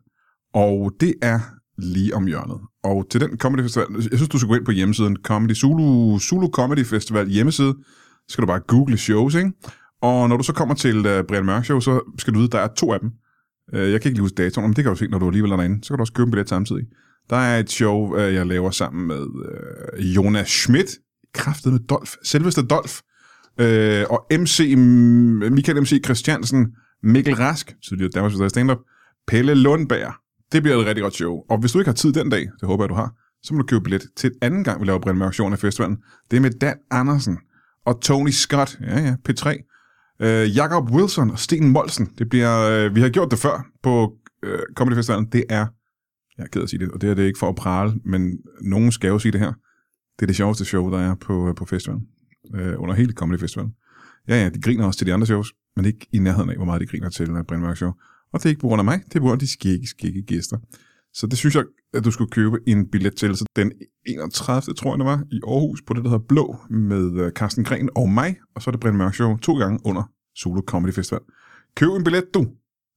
og det er lige om hjørnet. Og til den Comedy Festival, jeg synes, du skal gå ind på hjemmesiden Comedy Zulu, Zulu Comedy Festival hjemmeside. Så skal du bare google shows, ikke? Og når du så kommer til uh, Brian Mørk Show, så skal du vide, at der er to af dem. Uh, jeg kan ikke lige huske datoen, men det kan du se, når du alligevel er derinde. Så kan du også købe en billet samtidig. Der er et show, uh, jeg laver sammen med uh, Jonas Schmidt, kraftet med Dolf, selveste Dolf, øh, og MC, M- Michael MC Christiansen, Mikkel Rask, tidligere Danmarks Mester i stand-up, Pelle Lundberg. Det bliver et rigtig godt show. Og hvis du ikke har tid den dag, det håber jeg, du har, så må du købe billet til anden gang, vi laver Brian Mørk Showen af festivalen. Det er med Dan Andersen og Tony Scott, ja ja, P3, øh, Jakob Wilson og Sten Molsen. Det bliver, øh, vi har gjort det før på øh, Comedy Festivalen. Det er, jeg er ked af at sige det, og det her det er ikke for at prale, men nogen skal jo sige det her. Det er det sjoveste show, der er på, på festivalen øh, under hele Comedy Festival. Ja, ja, de griner også til de andre shows, men ikke i nærheden af, hvor meget de griner til uh, Brian Mørk Show. Og det er ikke på grund af mig, det er på grund af de skægge, skægge gæster. Så det synes jeg, at du skulle købe en billet til. Så den 31. tror jeg, det var, i Aarhus, på det, der hedder Blå, med øh, Carsten Gren og mig, og så er det Brian Mørk Show to gange under Solo Comedy Festival. Køb en billet, du!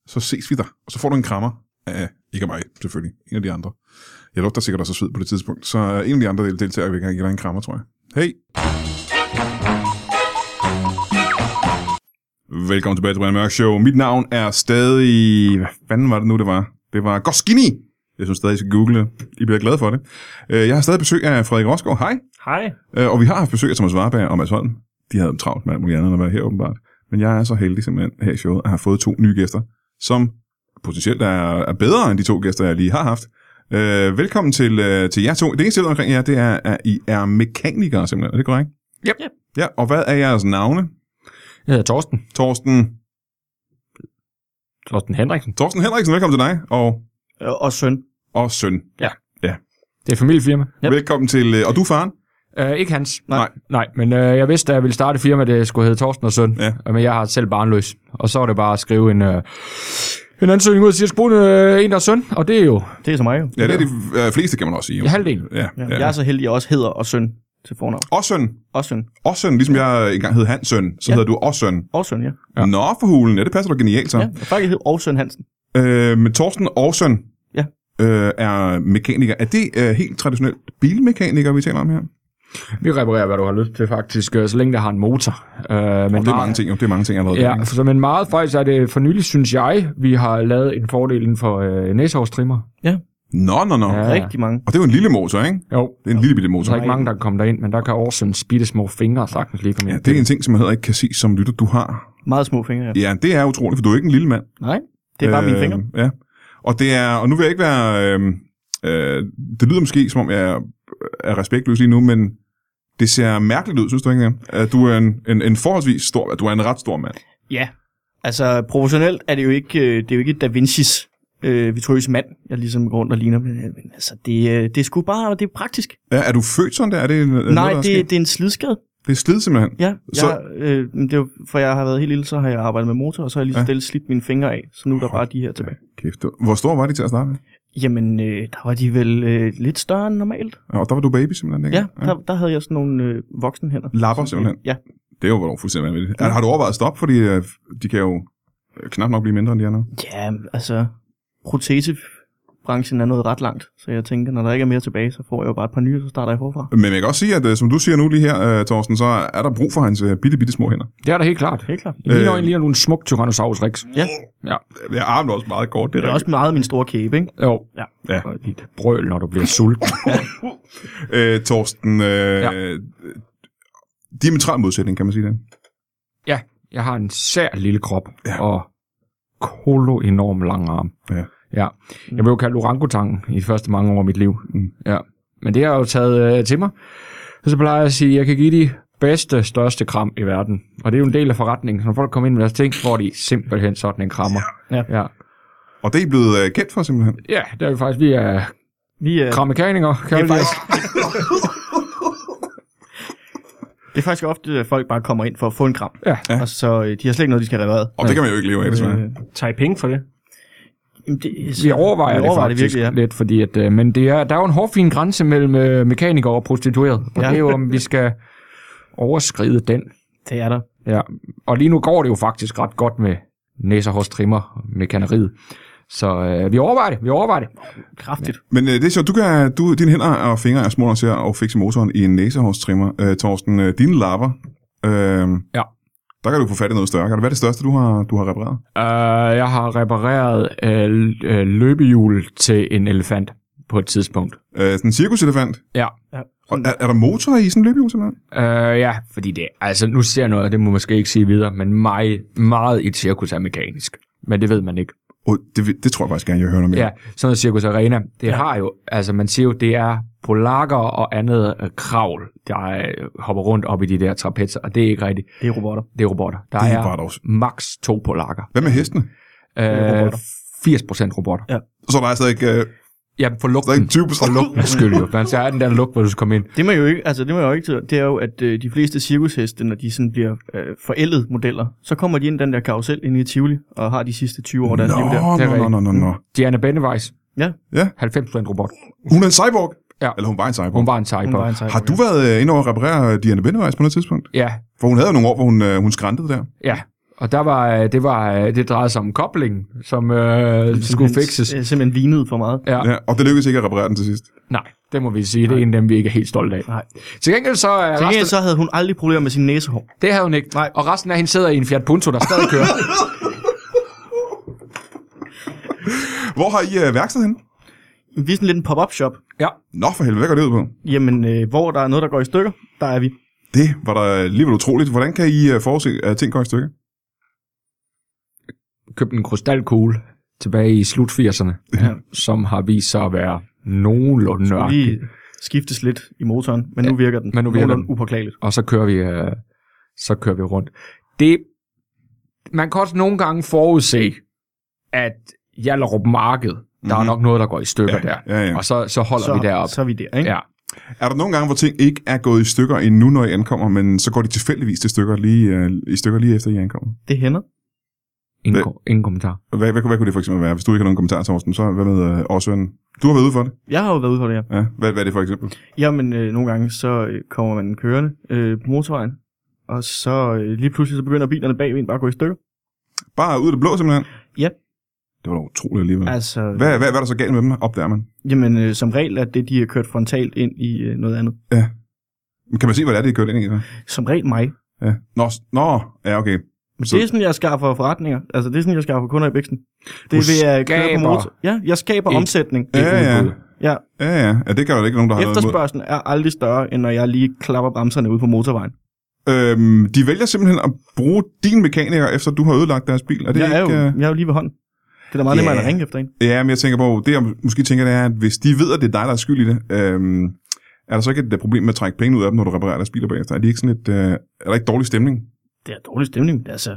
Så ses vi der, og så får du en krammer af, ikke af mig, selvfølgelig, en af de andre. Jeg lugter sikkert også af sved på det tidspunkt, så øh, en af de andre deltagere vil gerne give dig en krammer, tror jeg. Hej! Velkommen tilbage til Brian Mørk Show. Mit navn er stadig... Hvad fanden var det nu, det var? Det var Goskini. Jeg synes stadig, I skal google det. I bliver glade for det. Øh, Jeg har stadig besøg af Frederik Rosgaard. Hej. Hej. Øh, Og vi har haft besøg af Thomas Warberg og Mads Holm. De havde travlt med alt muligt andet end at være her åbenbart. Men jeg er så heldig simpelthen her i showet at have fået to nye gæster, som potentielt er, er bedre end de to gæster, jeg lige har haft. Øh, velkommen til, øh, til jer to. Det eneste, jeg ved omkring jer, det er, at I er mekanikere simpelthen. Er det korrekt? Yep. Ja, og hvad er jeres navne? Jeg hedder Torsten. Torsten, Torsten Henriksen. Torsten Henriksen, velkommen til dig, og, Og, Øh, og søn. og søn. Det er et familiefirma. Yep. Velkommen til, øh, og du er faren? Uh, ikke hans. Nej. Nej, men uh, jeg vidste, da jeg ville starte et firma, det skulle hedde Torsten og Søn. Ja. Øh, Men jeg har selv barnløs. Og så var det bare at skrive en, uh, en ansøgning ud og sige, at jeg skulle bruge en, uh, en der er søn. Og det er jo Det er så mig jo. Ja, det er de øh, fleste, kan man også sige. Jo. halvdelen. Ja, Ja. ja. Jeg er så heldig, at jeg også hedder og søn til fornavn. Og søn, Og søn. og søn, ligesom jeg øh, engang hed Hans søn, så ja. Ja. hedder du også søn. Og søn, ja. Ja. Nå, for hulen, ja, det passer du genialt så. ja. Og faktisk hedder og søn Hansen. Øh, men Torsten og søn Ja. øh, er mekaniker. Er det øh, helt traditionelt bilmekaniker, vi taler om her? Vi reparerer, hvad du har lyst til faktisk, øh, så længe der har en motor. Uh, men Men det er mange ting, jo. Det er mange ting allerede. Ja, for, så- men meget faktisk er det for nylig, synes jeg, vi har lavet en fordel inden for øh, næsehovstrimmer. Nå, nå, nå. Ja. Ja. Rigtig mange. Og det er jo en lille motor, ikke? Jo, Det er en lille bitte så motor. er ikke mange, der kan komme derind, men der kan Orsens bitte små fingre sagtens lige komme Ja, ind. det er en ting, som jeg heller ikke kan se som lytter, du har. Meget små fingre, ja. Ja, det er utroligt, for du er ikke en lille mand. Nej. Det er Øh, bare mine fingre. Øhm, Ja. Og det er, og nu vil jeg ikke øhm, være, øh, øh, det lyder måske, som om jeg er respektløs lige nu, men Det ser mærkeligt ud, synes du ikke det? At du er en, en, en forholdsvis stor, at du er en ret stor mand. Ja, altså proportionelt er det jo ikke, øh, det er jo ikke Da Vinci's øh, vitrøse mand, jeg ligesom går rundt og ligner, men, øh, men altså det, øh, det er sgu bare, det er praktisk. Ja, er du født sådan der? Er det en, Øh, Nej, noget, der er det, sket? det er en slidskade. det er slid simpelthen. Ja, Så- jeg, øh, men det er jo, for jeg har været helt lille, så har jeg arbejdet med motor, og så har jeg lige Ja. så stille slidt mine fingre af, så nu er der bare de her tilbage. Kæft, du- hvor stor var de til at starte med? Jamen, øh, der var de vel øh, lidt større end normalt. Og der var du baby simpelthen, ikke? Ja, der, der havde jeg sådan nogle øh, voksenhænder. Lapper simpelthen. Ja, Det er jo dog fuldstændig vanvittigt. Ja. Har du overvejet at stoppe, fordi øh, de kan jo øh, knap nok blive mindre end de andre? ja altså, protesebranchen er noget ret langt, så jeg tænker, når der ikke er mere tilbage, så får jeg jo bare et par nye, og så starter jeg forfra. Men jeg kan også sige, at øh, som du siger nu lige her, øh, Thorsten, så er der brug for hans øh, bitte, bitte små hænder. Det er da helt klart. Helt klart. I mine Øh. øjne ligner du en smuk Tyrannosaurus Rex. Jeg er armen er også meget kort, det er Det er også meget min store kæbe, ikke? Jo. Ja. Ja. Og dit brøl, når du bliver sulten. rigtigt. Øh, Thorsten, øh, Ja. ja. diametral modsætning, kan man sige det. ja, jeg har en sær lille krop Ja. ja. og kolo enorm lang arm. Ja. ja. Jeg blev jo kaldt orangutangen i de første mange år af mit liv. Mm. Ja. Men det har jeg jo taget øh, til mig. Og så plejer jeg at sige, at jeg kan give de bedste, største kram i verden. Og det er jo en del af forretningen. Så når folk kommer ind med deres ting, får de simpelthen sådan en krammer. Ja. ja. Og det er I blevet øh, kendt for simpelthen. ja det er vi faktisk. Vi er Vi øh, er, kramikanikere, kan Det er vi faktisk... det er faktisk ofte, at folk bare kommer ind for at få en kram, Ja. og så øh, de har slet ikke noget, de skal have revet. Og det kan man jo ikke leve af, desværre. Øh, Tage penge for det. jamen, det, Vi overvejer, vi overvejer det det, faktisk virkelig, ja. lidt, fordi at, øh, men det er, der er jo en hårfin grænse mellem øh, mekanikere og prostitueret, og Ja. ja. det er jo, om vi skal overskride den. Det er der. Ja. Og lige nu går det jo faktisk ret godt med næser hos trimmer mekaneriet. Så øh, vi overvejer det, vi overvejer det. Kraftigt. Men øh, det er sjovt, du kan, du, dine hænder og fingre er små nok til at fikse motoren i en næsehårstrimmer. Øh, Thorsten, øh, dine lapper, øh, Ja. der kan du få fat i noget større. Kan det være det største, du har, du har repareret? Øh, jeg har repareret øh, l- øh, løbehjul til en elefant på et tidspunkt. Øh, sådan en cirkuselefant. Ja. Ja. Og er, er der motor i sådan en løbehjul simpelthen? Øh, ja, fordi det, altså nu ser jeg noget, og det må man måske ikke sige videre, men meget, meget i et cirkus er mekanisk. Men det ved man ikke. Oh, det, vil- det tror jeg faktisk gerne, jeg hører noget mere. Ja, sådan noget Circus Arena, det ja. har jo, altså man siger jo, det er polakker og andet øh, kravl, der øh, hopper rundt op i de der trapezer, og det er ikke rigtigt. Det er robotter. Det er robotter. Der Det det er er, bare dog. maks to polakker. Hvad med hestene? er Øh, robotter. 80 procent robotter. Så er der er stadig, øh, Ja, for stadig lugten. 20 procent. Skyld jo. Man er den der lugt, hvor du skal komme ind. Det man jo ikke, altså det man jo ikke, det er jo, at øh, de fleste cirkusheste, når de sådan bliver øh, forældet modeller, så kommer de ind i den der karusel inde i Tivoli, og har de sidste 20 år Nå, deres liv der. Det er Mm. nå, nå, nå, nå, nå. Diana Benneweis, Ja, 90 procent robot. Hun er en cyborg. Ja. Eller hun var en cyborg. Hun var en hun var cyborg. en cyborg, Har du ja. været øh, inde over at reparere øh, Diana Bindevejs på noget tidspunkt? Ja, For hun havde jo nogle år, hvor hun, øh, hun skrantede der. ja. Og der var, øh, det, var, øh, det drejede sig om kobling, som øh, skulle Simpelthen- fikses. øh, Simpelthen vinet for meget. Ja. Ja, og det lykkedes ikke at reparere den til sidst. Nej, det må vi sige. Det er en af dem, vi ikke er helt stolte af. Nej. Til gengæld så er Til resten gengæld så havde hun aldrig problemer med sin næsehår. Det havde hun ikke. Nej. Nej. Og resten af hende sidder i en Fiat Punto, der stadig kører. Hvor har I øh, værksted henne? Vi er sådan lidt en pop-up shop, Nå for helvede, hvad går det ud på? jamen, øh, hvor der er noget, der går i stykker, der er vi. Det var da alligevel utroligt. Hvordan kan I øh, forudse, at ting går i stykker? Købte en krystalkugle tilbage i slut 80'erne, Ja. ja. som har vist sig at være nogenlunde Skulle nøjagtig. lige skiftes lidt i motoren, men nu virker den. men nu virker Nogenlunde den. upåklageligt. Og så kører vi, øh, så kører vi rundt. Det, man kan også nogle gange forudse, at Jallerup Marked, der mm-hmm. er Mhm. nok noget, der går i stykker Ja, der. ja, ja. Og så, så holder Så, vi deroppe. så er vi der, ikke? Ja. Er der nogle gange, hvor ting ikke er gået i stykker endnu, når I ankommer, men så går de tilfældigvis til stykker lige, øh, i stykker lige efter I ankommer? Det hænder. Ingen, Hvad- ko- ingen kommentar. Hvad, hvad, kunne- hvad kunne det for eksempel være? Hvis du ikke har nogen kommentar, Thorsten, så hvad med øh, Årsøen? Du har været ude for det. Jeg har jo været ude for det her. Ja. Hvad, hvad er det for eksempel? Jamen, øh, nogle gange så øh, kommer man kørende øh, på motorvejen, og så øh, lige pludselig så begynder bilerne bag en bare at gå i stykker. Bare ud af det blå, simpelthen? Ja. Det var da utroligt Mm. alligevel. Altså, Altså, hvad, hvad, hvad er der så galt med dem, opdager man? jamen, øh, som regel er det, de er kørt frontalt ind i øh, noget andet. Men Kan man se, hvad det er, de er kørt ind i? Så? Som regel mig. Ja. Nå, s- nå, ja, okay. Men Så- det er sådan, jeg skaffer forretninger. Altså, det er sådan, jeg skaffer kunder i bæksten. Det Du er ved at køre på skaber motor. Ja, jeg skaber et- omsætning. Ja, ja. udbud. Ja, Ja, ja. ja det kan der ikke nogen, der har noget imod. efterspørgselen er aldrig større, end når jeg lige klapper bremserne ud på motorvejen. Øhm, de vælger simpelthen at bruge din mekaniker, efter du har ødelagt deres bil. Er det jeg, er jo, ikke, øh, jeg er jo lige ved hånden. Det er da meget Ja. nemmere end at ringe efter en. Ja, men jeg tænker på, det jeg måske tænker, det er, at hvis de ved, at det er dig, der er skyld i det, øhm, er der så ikke et øh, problem med at trække penge ud af dem, når du reparerer deres biler bagefter? Er, de ikke sådan et, øh, er der ikke dårlig stemning? Det er dårlig stemning, men altså,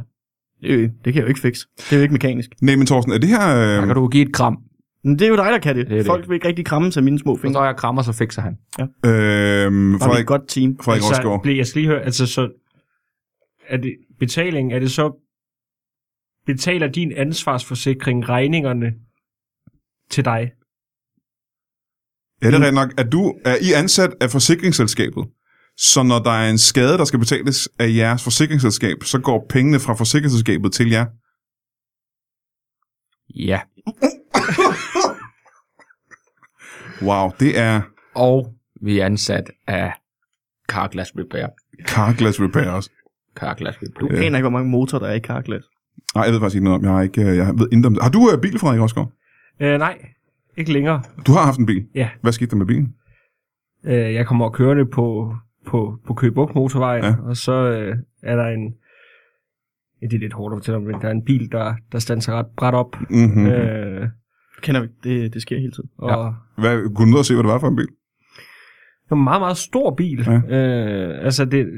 det, er jo- det kan jeg jo ikke fikse. Det er jo ikke mekanisk. Nej, men Thorsten, er det her... Der Øh, kan du give et kram. Men det er jo dig, der kan det. Det er det, det. det. Folk vil ikke rigtig kramme sig af mine små Så fingre. når jeg krammer, så fikser han. øh, Og vi er et Frederik, godt team. Frederik Rosgaard? altså, blev, jeg skal lige høre, altså så, er det betaling, er det så, betaler din ansvarsforsikring regningerne til dig? Ja, det er rigtigt nok. Er, du, er I ansat af forsikringsselskabet? Så når der er en skade, der skal betales af jeres forsikringsselskab, så går pengene fra forsikringsselskabet til jer? Ja. Wow, det er Og vi er ansat af Car Glass Repair. car glass repairs. Car Glass Repair. Du Ja. aner ikke, hvor mange motorer der er i karklæs. Nej, jeg ved faktisk ikke noget om. Jeg har, ikke, øh, jeg ved intet om det. Har du øh, bil, Frederik Rosgaard? Øh, nej, ikke længere. Du har haft en bil. Ja. Hvad skete der med bilen? Øh, jeg kommer kørende på, på, på Køge motorvejen, Ja. ja. og så øh, er der en, ja, det er lidt hårdt at fortælle om, men der er en bil, der, der standser ret bræt op, Mm-hmm. mm. Øh. øh, Kender vi. Det, det sker hele tiden. og Ja. ja. Hvad, kunne du ned og se, hvad det var for en bil? Det var en meget, meget stor bil. Ja. Øh, altså, det øh,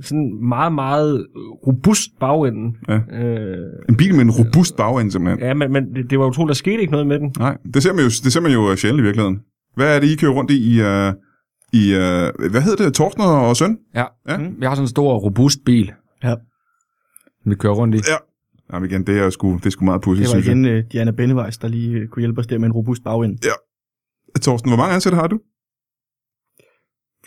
sådan meget, meget robust bagenden. Ja. Øh, En bil med en robust bagende, simpelthen. ja, men, men det, det var utroligt, der skete ikke noget med den. Nej, det ser man jo, det ser man jo øh, sjældent i virkeligheden. Hvad er det, I kører rundt i i, øh, i øh, hvad hedder det, Torsten og søn? Ja. Ja. Mm. Vi har sådan en stor, robust bil. Ja. som Vi kører rundt i. Jamen igen, det er sgu, det er sgu meget pudsigt, Det var synes jeg. igen øh, Diana Bennevejs, der lige øh, kunne hjælpe os der med en robust bagende. Torsten, hvor mange ansatte har du?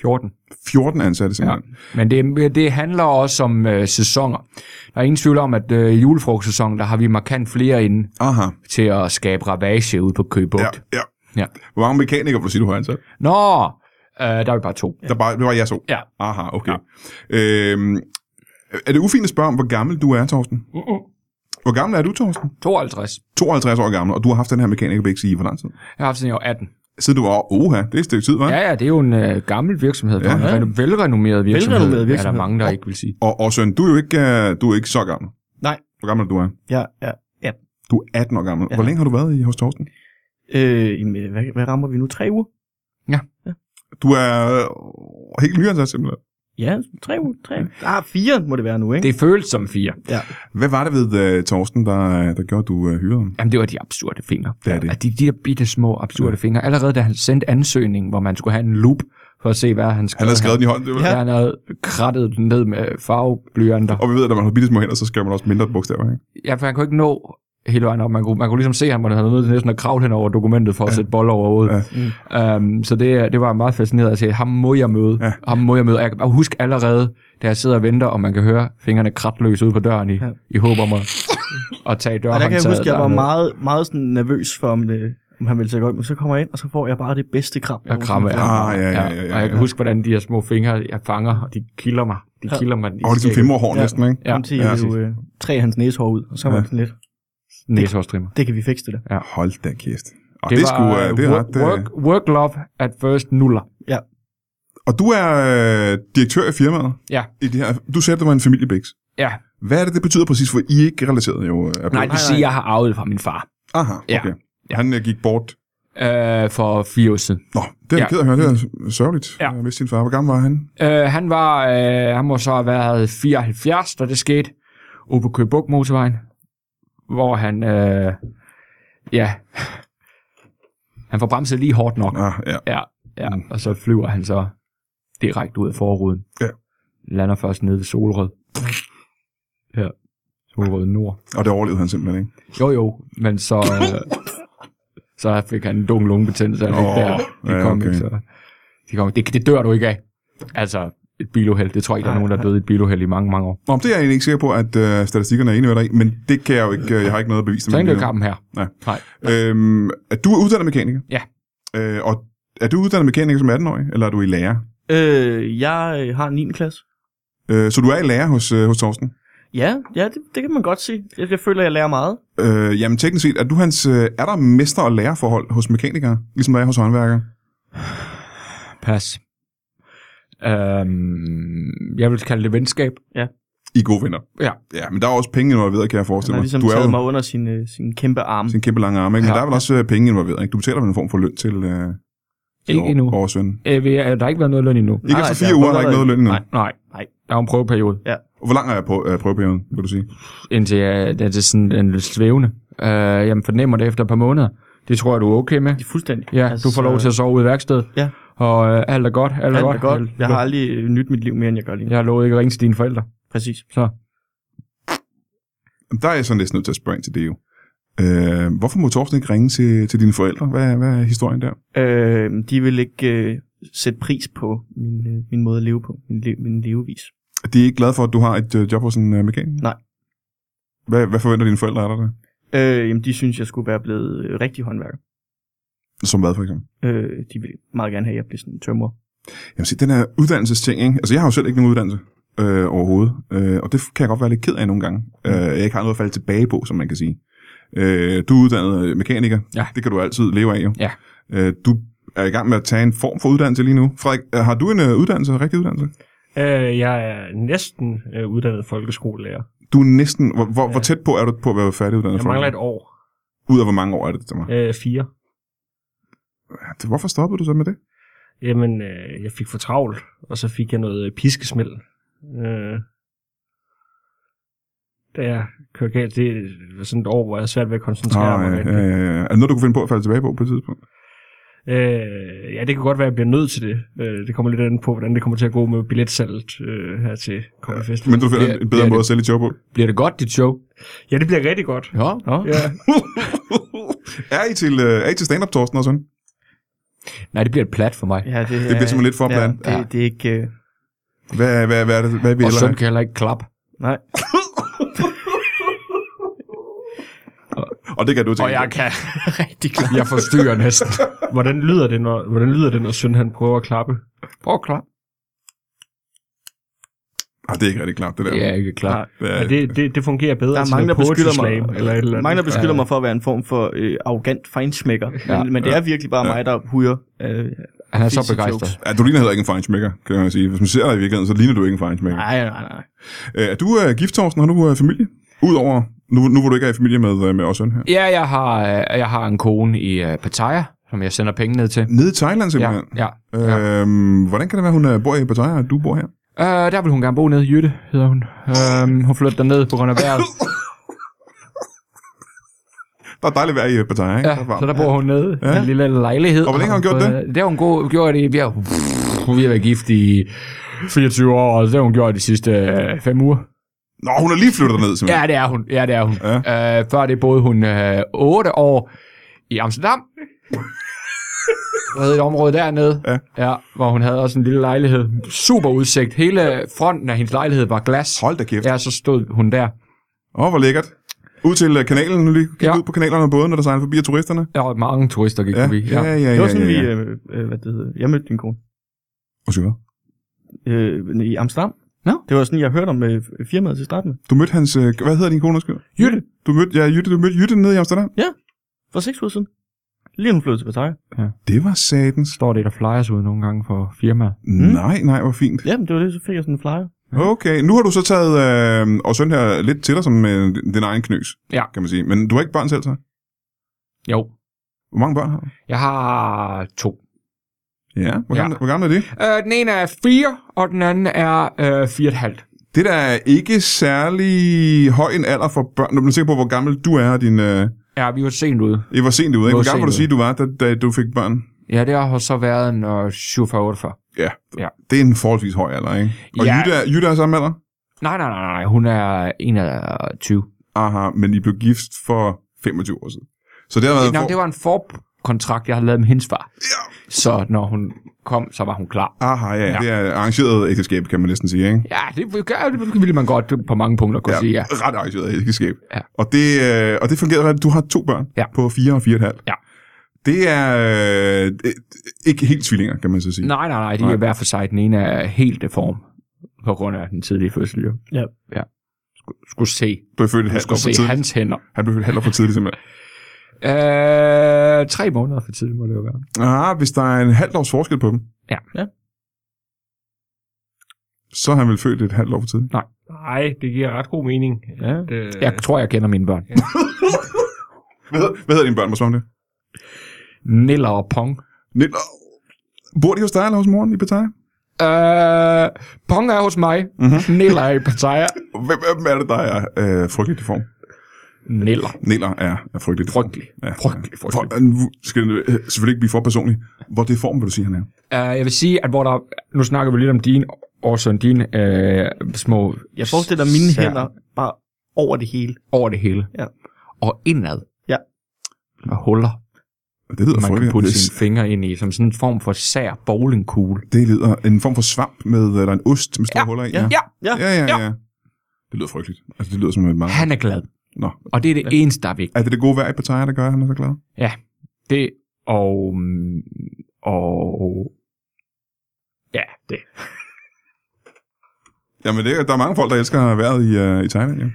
14. 14 ansatte, simpelthen. Ja. Men det, det handler også om øh, sæsoner. Der er ingen tvivl om, at øh, julefrugtsæsonen, der har vi markant flere inde Aha. til at skabe ravage ude på Købugt. Ja, Ja. ja. Ja. Hvor mange mekanikere, vil du sige, du har ansat? Ja. Nå, øh, der er vi bare to. Der bare, det var jeg så. Ja. Aha, okay. Ja. Øhm, er det ufint at spørge om, hvor gammel du er, Torsten? Mm-mm. Hvor gammel er du, Torsten? 52. 52 år gammel, og du har haft den her mekaniker i hvor lang tid? Jeg har haft siden jeg var 18. Siden du var, oha, det er et stykke tid, hva'? Ja, ja, det er jo en øh, gammel virksomhed. Ja, Ja. ja. En reno- velrenommeret virksomhed. Velrenommeret Er virksomhed. der mange, der ikke vil sige. Og, og Søren, du er jo ikke, øh, du er ikke så gammel. Nej. Hvor gammel er du er? Ja, ja. Du er 18 år gammel. Ja. Ja. Hvor længe har du været i hos Torsten? Øh, jamen, øh, hvad, hvad rammer vi nu? Tre uger? Du er øh, helt nyansat simpelthen. Ja, tre uger. Tre. Ah, fire må det være nu, ikke? Det føles som fire. Hvad var det ved uh, Torsten, der, øh, der gjorde, at du uh, hyrede ham? Jamen, det var de absurde fingre. Det er det. At De, de der bitte små absurde ja. fingre. Allerede da han sendte ansøgningen, hvor man skulle have en loop for at se, hvad han skrev. Han havde skrevet den i hånden, det var. Ja. Han havde krattet den ned med farveblyanter. Og vi ved, at når man har bitte små hænder, så skriver man også mindre bogstaver. Ikke? Ja, for han kunne ikke nå hele vejen op. Man kunne, man kunne ligesom se ham, og han havde nødt til næsten at kravle hen over dokumentet for at sætte bold over hovedet. Ja. Um, så det, det var jeg meget fascineret at se. Ham må jeg møde. Ja. Ja. Ham må jeg møde. Og Jeg kan bare huske allerede, da jeg sidder og venter, og man kan høre fingrene kratløs ude på døren i, ja. Ja. i håb om at, at tage Og der dørhåndtaget. kan jeg huske, at jeg var derned. meget, meget sådan nervøs for, om, det, om han ville tage godt. Men så kommer jeg ind, og så får jeg bare det bedste kram. Jeg krammer Ah, ja, ja, ja, ja, Og jeg kan ja. huske, hvordan de her små fingre, jeg fanger, og de kilder mig. De Ja. kilder mig. Og det er sådan fem år hår Ja. næsten, ikke? Ja, Ja, til ja, jeg jo øh, træ hans næsehår ud, og så var Ja. det sådan lidt, næsehårstrimmer. det kan vi fikse det der. Ja. Hold da kæft. Og det, det, sgu, uh, det er øh, work, ret, uh, work, work love at first nuller. Og du er uh, direktør i firmaet. Ja. I det her. Du sagde, at det var en familiebæks. Ja, Hvad er det, det betyder præcis? For I er ikke relateret jo. øh, Er nej, det siger, jeg har arvet det fra min far Aha, Ja. okay. Ja. Han uh, gik bort. øh, for fire år siden. Nå, det er jeg Ja. Mm. ked af at høre. Det er sørgeligt. Ja. Jeg vidste din far. Hvor gammel var han? Øh, han var, øh, han må så have været 74, da det skete, ude på Købuk motorvejen, hvor han, øh, ja, han får bremset lige hårdt nok. Ah, ja. Ja, ja. Mm. og så flyver han så direkte ud af forruden. Ja. Lander først nede ved Solrød. Ja, Solrød Nord. Og det overlevede han simpelthen, ikke? Jo jo, men så, øh, så fik han en dum lungebetændelse. Han fik Åh, der. ja, De kom okay. ikke, så, de kom, det, det dør du ikke af. Altså, et biluheld. Det tror jeg ikke, der er Nej, nogen, der er nej. døde i et biluheld i mange, mange år. Nå, men det er jeg egentlig ikke sikker på, at øh, statistikkerne er enige med dig i, men det kan jeg jo ikke, øh, jeg har ikke noget at bevise. Så ikke det kampen her. Nej. Nej. Øhm, at du er uddannet mekaniker? Ja. Øh, og er du uddannet mekaniker som 18-årig, eller er du i lærer? Øh, jeg øh, har 9. klasse. Øh, så du er i lærer hos, øh, hos Torsten? Ja, ja det, det kan man godt sige. Jeg, jeg føler, jeg lærer meget. Øh, jamen teknisk set, er, du hans, øh, er der mester- og lærerforhold hos mekanikere, ligesom der er hos håndværkere? Pas. Øhm, jeg vil kalde det venskab. I er gode venner. Ja. Ja, men der er også penge involveret, kan jeg Han forestille har mig. ligesom du er taget jo mig under sin, øh, sin kæmpe arm. sin kæmpe lange arme, ikke? men Ja. der er vel også øh, penge involveret. Ikke? Du betaler vel en form for løn til... Øh... Ikke over- endnu. Over sønnen. Øh, vi er, der har ikke været noget løn endnu. Ikke Nej, efter der fire er uger har kun der ikke noget været- løn endnu. Nej, nej. Nej. Der er jo en prøveperiode, Hvor lang er prø- øh, prøveperioden, vil du sige? indtil øh, det er det sådan en lidt svævende. Øh, jamen, fornemmer det efter et par måneder. Det tror jeg, du er okay med. Det er fuldstændig. Ja, altså, du får lov til at sove ude i værkstedet. Ja. Og øh, alt er godt, alt er alt godt. er godt. Jeg har aldrig øh, nyt mit liv mere, end jeg gør lige nu. Jeg har lovet ikke at ringe til dine forældre. Præcis. Jamen, Der er jeg sådan næsten nødt til at spørge ind til det jo. Øh, hvorfor må Torsten ikke ringe til, til dine forældre? Hvad, hvad er historien der? Øh, de vil ikke øh, sætte pris på min, øh, min måde at leve på, min, le- min levevis. Er de ikke glade for, at du har et øh, job hos en øh, mekaniker? Nej. Hvad, hvad forventer dine forældre af dig? der? Øh, jamen, de synes, jeg skulle være blevet øh, rigtig håndværker. Som hvad for eksempel? Øh, de vil meget gerne have, at jeg bliver sådan en tømrer. Jamen se, den her uddannelsesting, ikke? Altså jeg har jo selv ikke nogen uddannelse øh, overhovedet, øh, og det kan jeg godt være lidt ked af nogle gange. Mm. Øh, jeg ikke har noget at falde tilbage på, som man kan sige. Øh, du er uddannet øh, mekaniker, Ja. det kan du altid leve af jo. Ja. Øh, du er i gang med at tage en form for uddannelse lige nu. Frederik, øh, har du en øh, uddannelse, en rigtig uddannelse? Øh, jeg er næsten øh, uddannet folkeskolelærer. Du er næsten, hvor, hvor, ja. hvor tæt på er du på at være færdiguddannet? Jeg mangler et år. Ud af hvor mange år er det, der mig? Øh, fire. Ja. Hvorfor stoppede du så med det? Jamen, øh, jeg fik for travlt, og så fik jeg noget øh, piskesmæld. Øh, da jeg kørte galt, det var sådan et år, hvor jeg havde svært ved at koncentrere mig. ja, rigtig. ja, ja, ja. Er det noget, du kunne finde på at falde tilbage på på et tidspunkt? Øh, ja, det kan godt være, at jeg bliver nødt til det. Øh, det kommer lidt an på, hvordan det kommer til at gå med billetsalget øh, her til Comedy Festival. Men du finder Det er- en bedre det er måde at sælge et job på. Bliver det godt, dit show? Ja, det bliver rigtig godt. Ja. ja. Ja. er, I til, øh, er I til stand-up, Torsten og sådan? Nej, det bliver et plat for mig. Ja, Det det, bliver simpelthen lidt for blandt. Ja, det, det er ikke... Øh, Hvad, hvad, hvad, er det, hvad vil I Og ellers søn have? kan heller ikke klappe. nej. Og det kan du til. Og jeg gengæld. kan rigtig klappe. Jeg forstyrrer næsten. Hvordan lyder det, når, hvordan lyder det, når søn han prøver at klappe? Prøv at klappe. Ah, det er ikke rigtig klart, det der. Jeg er ikke klar. Nej. Hvad, Ja, det, det, det fungerer bedre Der end er sådan mange, der noget poetry beskylder mig, slam eller et eller andet. mange, der beskylder Ja. mig for at være en form for øh, arrogant fejnsmækker. Ja. Ja. Men, men det er virkelig bare Ja. ja. mig, der hujer. Øh, Han er så Fisse begejstret. jokes. ja, du ligner heller ikke en fejnsmækker, kan man sige. Hvis man ser dig i virkeligheden, så ligner du ikke en fejnsmækker. nej, nej, nej. Øh, er du øh, gift, Torsten? Har du øh, familie? Udover, nu, nu hvor du ikke er i familie med, øh, med os søn her. Ja, jeg har, øh, jeg har en kone i øh, Pattaya, som jeg sender penge ned til. Nede i Thailand Ja, simpelthen. ja. ja. Øhm, hvordan kan det være, hun øh, bor i Pattaya, og du bor her? Øh, der vil hun gerne bo nede. Jytte hedder hun. Øh, hun flytter derned på grund af vejret. Der er dejligt vejr i øh, Pattaya, ikke? Ja, Der er varmt. så der bor hun nede ja. i en lille lejlighed. Og hvor længe har hun gjort Øh, Det har hun go- gjort i... Vi har, vi har været gift i 24 år, og det har hun gjort de sidste 5 uger. Mm. Nå, hun er lige flyttet ned simpelthen. Ja, det er hun. Ja, det er hun. Ja. Øh, før det boede hun øh, 8 år i Amsterdam. Hvad hedder et område dernede? Ja. ja. hvor hun havde også en lille lejlighed. Super udsigt. Hele fronten af hendes lejlighed var glas. Hold da kæft. Ja. Ja, så stod hun der. Åh, hvor lækkert. Ud til øh, kanalen, nu lige kigge Ja. ud på kanalerne og bådene, der sejler forbi af turisterne. Der var mange turister, gik Ja, forbi. ja, ja. ja, Det var sådan, ja, vi... ja. Øh, øh, hvad det hedder. Jeg mødte din kone Undskyld, hvad? øh, i Amsterdam. Nå. Det var sådan, jeg hørte om øh, firmaet til at starte med. Du mødte hans... øh, Hvad hedder din kone, undskyld? Jytte. Du mødte, ja, Jytte, du mødte Jytte nede i Amsterdam. For seks uger siden. Lige nu flyttede til Pattaya. Det var satans. Står det der flyers ud nogle gange for firmaer? Mm. Nej, nej, hvor fint. Jamen, det var det, så fik jeg sådan en flyer. Okay, nu har du så taget øh, og søn her lidt til dig som øh, din egen knøs, Ja. kan man sige. Men du har ikke børn selv, så? Jo. Hvor mange børn har du? Jeg har to. Ja, hvor Ja. gamle, hvor gamle er de? Øh, den ene er fire, og den anden er øh, fire og et halvt. Det der er ikke særlig høj en alder for børn. Nu er jeg sikker på, hvor gammel du er. og Din, øh, Ja, vi var sent ude. I var sent ude, ikke? var Hvor gammel må du sent sige, du var, da, da du fik børn? Ja, det har så været en øh, 47-48. Ja. Ja. Det er en forholdsvis høj alder, ikke? Og Ja. Jytte, er, Jytte er samme alder? Nej, nej, nej, nej, hun er 21. Aha, men I blev gift for 25 år siden. Så det har været... Nå, for... det var en forkontrakt, jeg havde lavet med hendes far. Ja. Så når hun kom, så var hun klar. Aha, ja, ja. Ja. Det er arrangeret ægteskab, kan man næsten sige, ikke? Ja, det, gør, det ville man godt på mange punkter kunne ja. sige, ja. ret arrangeret ægteskab. Ja. Og, det, øh, og det fungerede ret. Du har to børn Ja. på fire og fire og et halvt. Ja. Det er øh, det- ikke helt tvillinger, kan man så sige. Nej, nej, nej, de Nej. er hver for sig. Den ene er helt deform på grund af den tidlige fødsel, jo. Ja. ja. Skulle, skulle se, Du er født et halvt år skulle for se tidligt. Han... hans hænder. blev født et halvt år for tidligt, simpelthen. Øh, tre måneder for tidligt må det jo være. Ah, hvis der er en halvt års forskel på dem. Ja. Ja. Så er han vel født et halvt år for tidligt. Nej, det giver ret god mening. Ja. At, øh, Jeg tror, jeg kender mine børn. Hvad hedder, hvad hedder dine børn, må jeg spørge om det? Niller og Pong. Niller. Bor de hos dig eller hos moren i Pattaya? Øh, Pong er hos mig. Mhm. Mm-hmm. Niller er i Pattaya. Hvem, hvem er det, der er øh, frygteligt i form? Niller. Neller er, er frygteligt. i form. Frygtelig. Ja, Frygtelig, For, frygtelig. øh, skal det øh, selvfølgelig ikke blive for personligt. Hvor det form, vil du sige, han er? Uh, jeg vil sige, at hvor der... Nu snakker vi lidt om din årsøn, din uh, små... Jeg forestiller mine sær- hænder bare over det hele. Over det hele. Ja. Og indad. Ja. Og huller, Det lyder man kan frygteligt. putte Det- sine fingre ind i, som sådan en form for sær bowlingkugle. Det lyder en form for svamp med, eller en ost med store Ja, huller i. ja, ja, ja, ja, ja, ja. Det lyder frygteligt. Altså, det lyder som et meget... Han er glad. Nå. Og det er det eneste, der er vigtigt. Er det det gode vejr i Pattaya, der gør, at han er så glad? Ja, det og... mm, og ja, det. Jamen, det, er- der er mange folk, der elsker vejret i, uh, i Thailand, ja.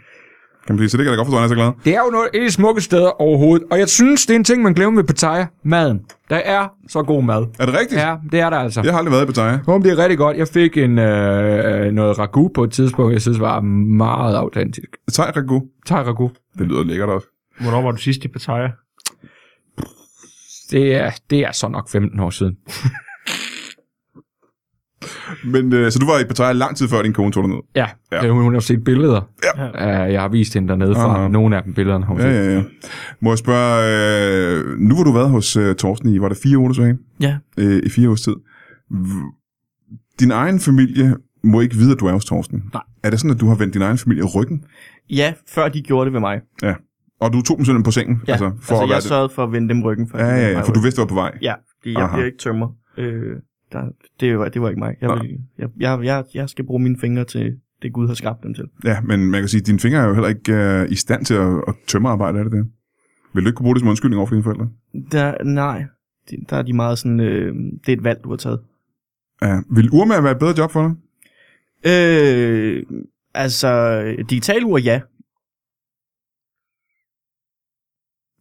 Kan man sige, så det kan jeg da godt forstå, at han er så glad. Det er jo noget et af de smukke steder overhovedet, og jeg synes, det er en ting, man glemmer ved Pattaya. Maden. Der er så god mad. Er det rigtigt? Ja, det er der altså. Jeg har aldrig været i Pattaya. Kom, det er rigtig godt. Jeg fik en, øh, noget ragu på et tidspunkt, jeg synes var meget autentisk. Thai ragu. Thai ragu. Det lyder lækkert også. Hvornår var du sidst i Pattaya? Det er, det er så nok 15 år siden. Men, uh, så du var i Pattaya lang tid før, din kone tog dig ned. Ja, Ja. ja. hun hun har set billeder. Ja. Uh, jeg har vist hende dernede fra. Aha. Nogle af dem billederne har hun Ja, set. ja, ja. Må jeg spørge, øh, nu hvor du har været hos øh, Torsten i, var det fire uger, du sagde? Ja. Øh, I fire års tid. V- Din egen familie må ikke vide, at du er hos Torsten. Nej. Er det sådan, at du har vendt din egen familie ryggen, Ja, før de gjorde det ved mig. og du tog dem simpelthen på sengen? Ja, altså, for altså at jeg være det? sørgede for at vende dem ryggen. For at Ja, de ja, vendte ja, mig for du ryggen. vidste, du var på vej. Ja, fordi jeg Aha. bliver ikke tømmer. Øh, der, det, var, det var ikke mig. Jeg, Nå. vil, jeg, jeg, jeg, jeg skal bruge mine fingre til det, Gud har skabt dem til. Ja, men man kan sige, at dine fingre er jo heller ikke øh, i stand til at, at tømme arbejde, er det det? Vil du ikke kunne bruge det som undskyldning over for dine forældre? Der, nej, det, der er de meget sådan, øh, det er et valg, du har taget. Ja. Vil urmager være et bedre job for dig? Øh, altså, digital ur, ja.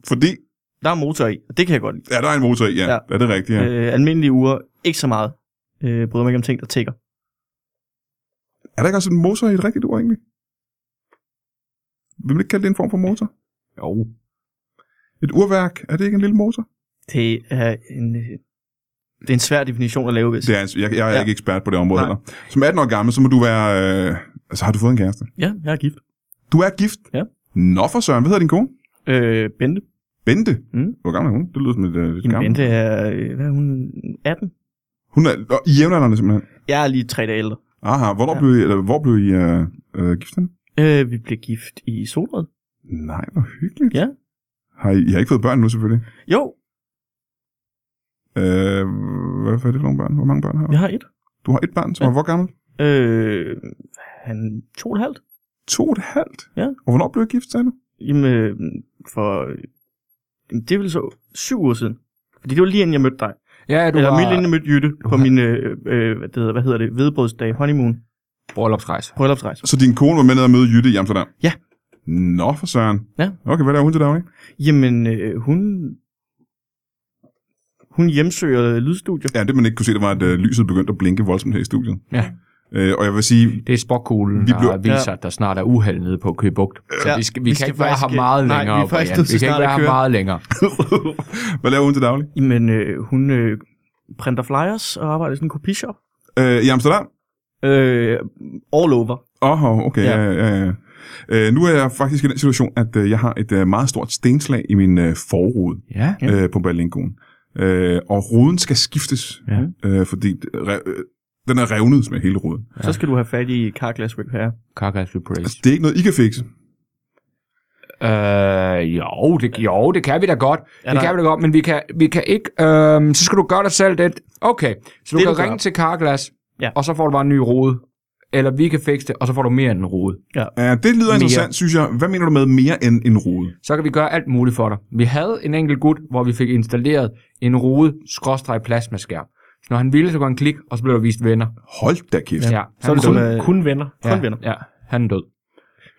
Fordi, Der er motor i, og det kan jeg godt lide. ja, der er en motor i, ja. ja. Ja. Er det rigtigt, ja. Ja. Øh, almindelige ure, ikke så meget. Øh, bryder mig ikke om ting, der tækker. Er der ikke også en motor i et rigtigt ord, egentlig? Vil man ikke kalde det en form for motor? Jo. Et urværk, er det ikke en lille motor? Det er en, øh, det er en svær definition at lave, hvis. Det er, en- jeg, jeg er ja. Ja. ikke ekspert på det område Nej. heller. Som 18 år gammel, så må du være... Øh, altså, har du fået en kæreste? Ja, jeg er gift. Du er gift? Ja. Nå for søren, hvad hedder din kone? Øh, Bente. Bente. Mm. Hvor gammel er hun? Det lyder som et, øh, lidt Jamen, gammel. Bente er, øh, hvad er hun, 18? Hun er og i jævnaldrende, simpelthen. Jeg er lige tre dage ældre. Aha, hvornår ja. Ja. blev I, eller, hvor blev I øh, øh, gift henne? Øh, vi blev gift i Solrød. Nej, hvor hyggeligt. Ja. Har I, I har ikke fået børn nu, selvfølgelig. Jo, Øh, hvad, hvad er det for nogle børn? Hvor mange børn har du? jeg har et. Du har et barn, som Ja. er hvor gammel? Øh, han to og et halvt. To og et halvt? Ja. Og hvornår blev I gift, sagde du? Jamen, øh, for, øh, jamen, det er vel så syv uger siden. Fordi det var lige inden jeg mødte dig. Ja, du Eller var midt inden jeg mødte Jytte på min, øh, øh, hvad, det hedder, hvad hedder det, vedbrødsdag, honeymoon, bryllupsrejse. bryllupsrejse. Så din kone var med ned og møde Jytte i Amsterdam? Ja. Nå, for søren. Ja. Okay, hvad laver hun til daglig? Jamen, øh, hun, hun hjemsøger lydstudier. Ja, det man ikke kunne se, det var, at øh, lyset begyndte at blinke voldsomt her i studiet. Ja. Øh, og jeg vil sige, Det er spokkuglen, Vi vi blev- der viser, Ja. at der snart er uheld nede på Køge Bugt. Så Ja, vi, skal, vi, vi vi kan skal ikke være faktisk her ikke- længere, nej, vi er Brian. faktisk nødt vi til kan ikke snart at være her køre. meget længere. hvad laver hun til daglig? Jamen, øh, hun øh, printer flyers og arbejder i sådan en kopishop. Øh, I Amsterdam? Øh, all over. Åh, oh, okay, ja, Ja. ja, ja. ja. Øh, nu er jeg faktisk i den situation, at øh, jeg har et øh, meget stort stenslag i min øh, forrude Ja. Ja. øh, på Berlingoen. Øh, og ruden skal skiftes, Ja. øh, fordi re- øh, den er revnet med hele ruden. Ja. Så skal du have fat i Car Glass Repair. Carcass Reparation. Altså, det er ikke noget, I kan fikse. Øh, jo, det, jo, det kan vi da godt. Ja, det der- kan vi da godt, men vi kan, vi kan ikke... Øh, så skal du gøre dig selv det. Okay, så du Det, kan du gør. ringe til Carglass, Ja. og så får du bare en ny rode. Eller vi kan fikse det, og så får du mere end en rode. Ja, det lyder mere. Mere. interessant, synes jeg. Hvad mener du med mere end en rude? Så kan vi gøre alt muligt for dig. Vi havde en enkelt gut, hvor vi fik installeret en rode skråstreg plasmaskærm. Så når han ville, så kunne han klikke, og så blev der vist venner. Hold da kæft. Ja. Ja, Så er det som, han død. øh, Kun venner. kun ja, venner. Ja, han er død.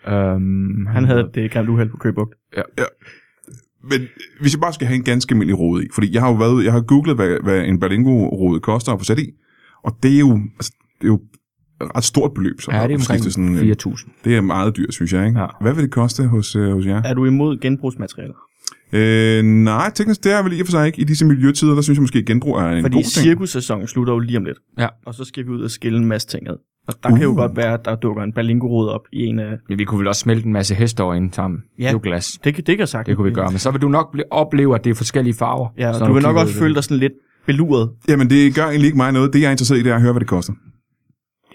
Øhm, Han havde det grimt uheld på Købugt. Men øh, hvis jeg bare skal have en ganske almindelig rode i, fordi jeg har jo været, jeg har googlet, hvad, hvad en Berlingo-rode koster at få sat i, og det er jo, altså, det er jo et ret stort beløb. Så Ja, det er omkring sådan, øh, 4.000. Det er meget dyrt, synes jeg. Ikke? Ja. Ja. Hvad vil det koste hos, øh, hos jer? Er du imod genbrugsmaterialer? Øh, nej, teknisk det er jeg vel i og for sig ikke. I disse miljøtider, der synes jeg måske, at genbrug er en Fordi god ting. cirkussæsonen slutter jo lige om lidt. Ja. Og så skal vi ud og skille en masse ting ad. Og der uh. kan jo Uh. godt være, at der dukker en balingorod op i en af... Men vi kunne vel også smelte en masse heste over inden sammen. Ja. Ja. Det er jo glas. Det, kan- det kan sagt. Det kunne vi gøre. Men så vil du nok ble- opleve, at det er forskellige farver. Ja, Så og når du vil nok kigger også ud i føle det. dig sådan lidt beluret. Jamen, det gør egentlig ikke mig noget. Det, jeg er interesseret i, det er at høre, hvad det koster.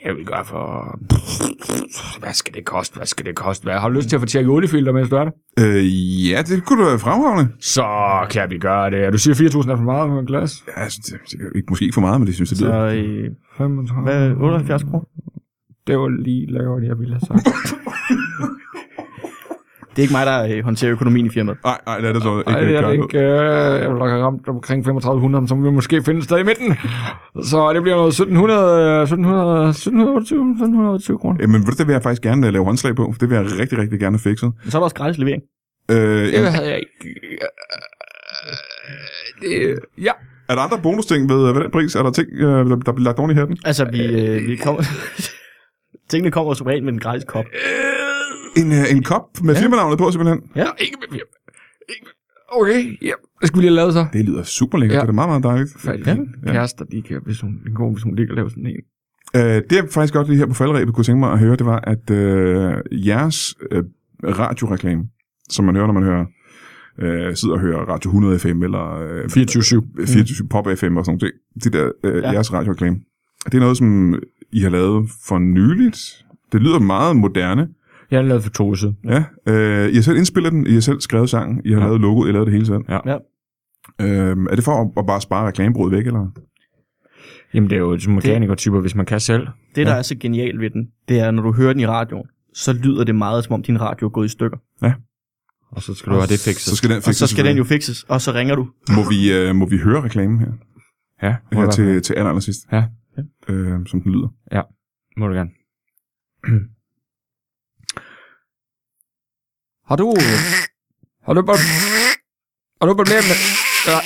Jeg vil gøre for... Hvad skal det koste? Hvad skal det koste? Hvad? Har du lyst til at få tjekket oliefilter, mens du er der? Øh, ja, det kunne du være fremragende. Så kan vi gøre det. Du siger 4.000 er for meget med en glas. Ja, jeg synes, det, det er ikke, måske ikke for meget, men det synes jeg, det Så lyder. øh, 35. hvad, 78 kroner? Det var lige lavere, end jeg ville have sagt. Det er ikke mig, der øh, håndterer økonomien i firmaet. Nej, nej, lad det så ikke Nej, det er det gøre ikke. Øh, jeg vil nok have ramt omkring 3500, men så må vi måske finde et sted i midten. Så det bliver noget øh, 1700, 1700, 1720, 1720 kroner. Jamen, ved du, det vil jeg faktisk gerne øh, lave håndslag på. for Det vil jeg rigtig, rigtig gerne have fikset. Men så er der også gratis levering. Øh, Det jamen, havde jeg ikke. Øh, Det, ja. er der andre bonusting ved, øh, ved den pris? Er der ting, øh, der, der bliver lagt oven i hatten? Altså, vi, øh, vi kommer... Tingene kommer som regel med en gratis kop. En, øh, en kop med ja. firmanavnet på, simpelthen. ja. Ikke med fire. Ikke med- Okay, ja. Det skal vi lige have lavet så. Det lyder super lækkert. Ja. Ja. Det er meget, meget dejligt. Færdig. Ja. Kærester, de kan, hvis hun, en god, hvis hun ligger og laver sådan en. Øh, det jeg faktisk godt lige her på faldrebet kunne tænke mig at høre, det var, at øh, jeres øh, radioreklame, som man hører, når man hører, øh, sidder og hører Radio 100 FM eller øh, 24-7. 24 Pop FM og sådan noget, det der øh, Ja. ja. jeres radioreklame, det er noget, som I har lavet for nyligt. Det lyder meget moderne. Jeg har lavet for to år siden. Ja. Øh, I har selv indspillet den, I har selv skrevet sangen, I har ja. Ja. lavet logoet, I har lavet det hele selv. Ja. Ja. Øh, er det for at, at bare spare reklamebruddet væk, eller? Jamen, det er jo som mekanikertyper, hvis man kan selv. Det, der er så genialt ved den, det er, når du hører den i radioen, så lyder det meget, som om din radio er gået i stykker. Og så skal du have det fikset. Så skal den Og fikses så skal den selvfølgelig. jo fikses, og så ringer du. Må vi, øh, må vi høre reklamen her? Ja, må, her jeg, til, til aller, aller sidst. Ja. Øh, som den lyder. må du gerne. har du... Har du bare... Har du problemer med... Ja.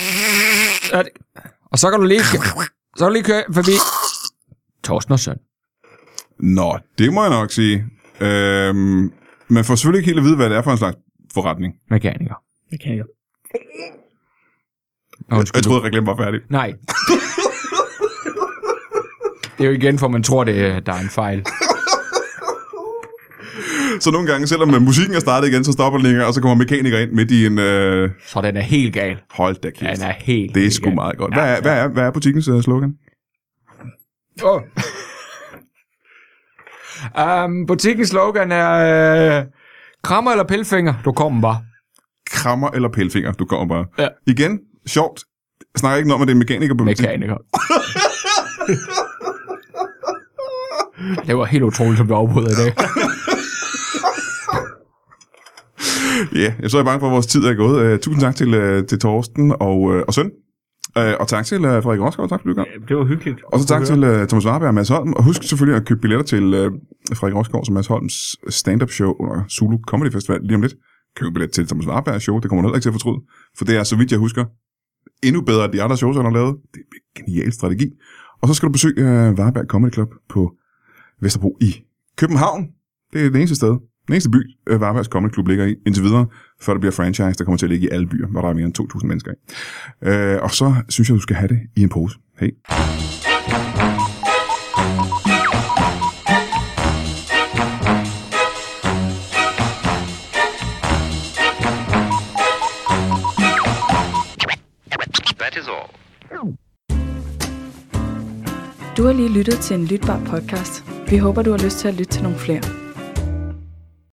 Ja, det- Og så kan du lige... Så kan du lige køre forbi... Torsten og Søn. Nå, det må jeg nok sige. Øh, man får selvfølgelig ikke helt at vide, hvad det er for en slags forretning. Mekaniker. Det kan jeg. Nå, Jeg, jeg troede, at reklamen var færdig. Nej. det er jo igen, for man tror, det er, der er en fejl. Så nogle gange, selvom øh, musikken er startet igen, så stopper den ikke, og så kommer mekanikere ind midt i en... Øh, Så den er helt gal. hold da Ja, kæft. den er helt det er helt sgu gal. meget godt. Hvad er, hvad er, hvad er butikkens øh, slogan? Åh. um, butikkens slogan er... Øh, krammer eller pilfinger? Du kommer bare. Krammer eller pælfinger? Du kommer bare. Ja. Igen, sjovt. Jeg snakker ikke om, at det er en mekaniker på butikken. Mekaniker. det var helt utroligt, som vi afbryder i dag. Ja, yeah, så er jeg bange for, at vores tid er gået. Uh, tusind tak til, uh, til Torsten og, uh, og Søn. Uh, og tak til uh, Frederik Roskov, tak fordi du kom. Det var hyggeligt. Og så tak til uh, Thomas Warberg og Mads Holm. Og husk selvfølgelig at købe billetter til uh, Frederik Roskov og Mads Holms øh, stand-up show under Zulu Comedy Festival lige om lidt. Køb en billet til Thomas Warbergs show, det kommer du heller ikke til at fortryde. For det er, så vidt jeg husker, endnu bedre end de andre shows, han har lavet. Det er en genial strategi. Og så skal du besøge uh, Warberg Comedy Club på Vesterbro i København. Det er det eneste sted, den eneste by, øh, Varbergs Comedy Club ligger i, indtil videre, før det bliver franchise, der kommer til at ligge i alle byer, hvor der er mere end 2.000 mennesker i. Øh, og så synes jeg, du skal have det i en pose. Hej. That is all. Du har lige lyttet til en lytbar podcast. Vi håber, du har lyst til at lytte til nogle flere.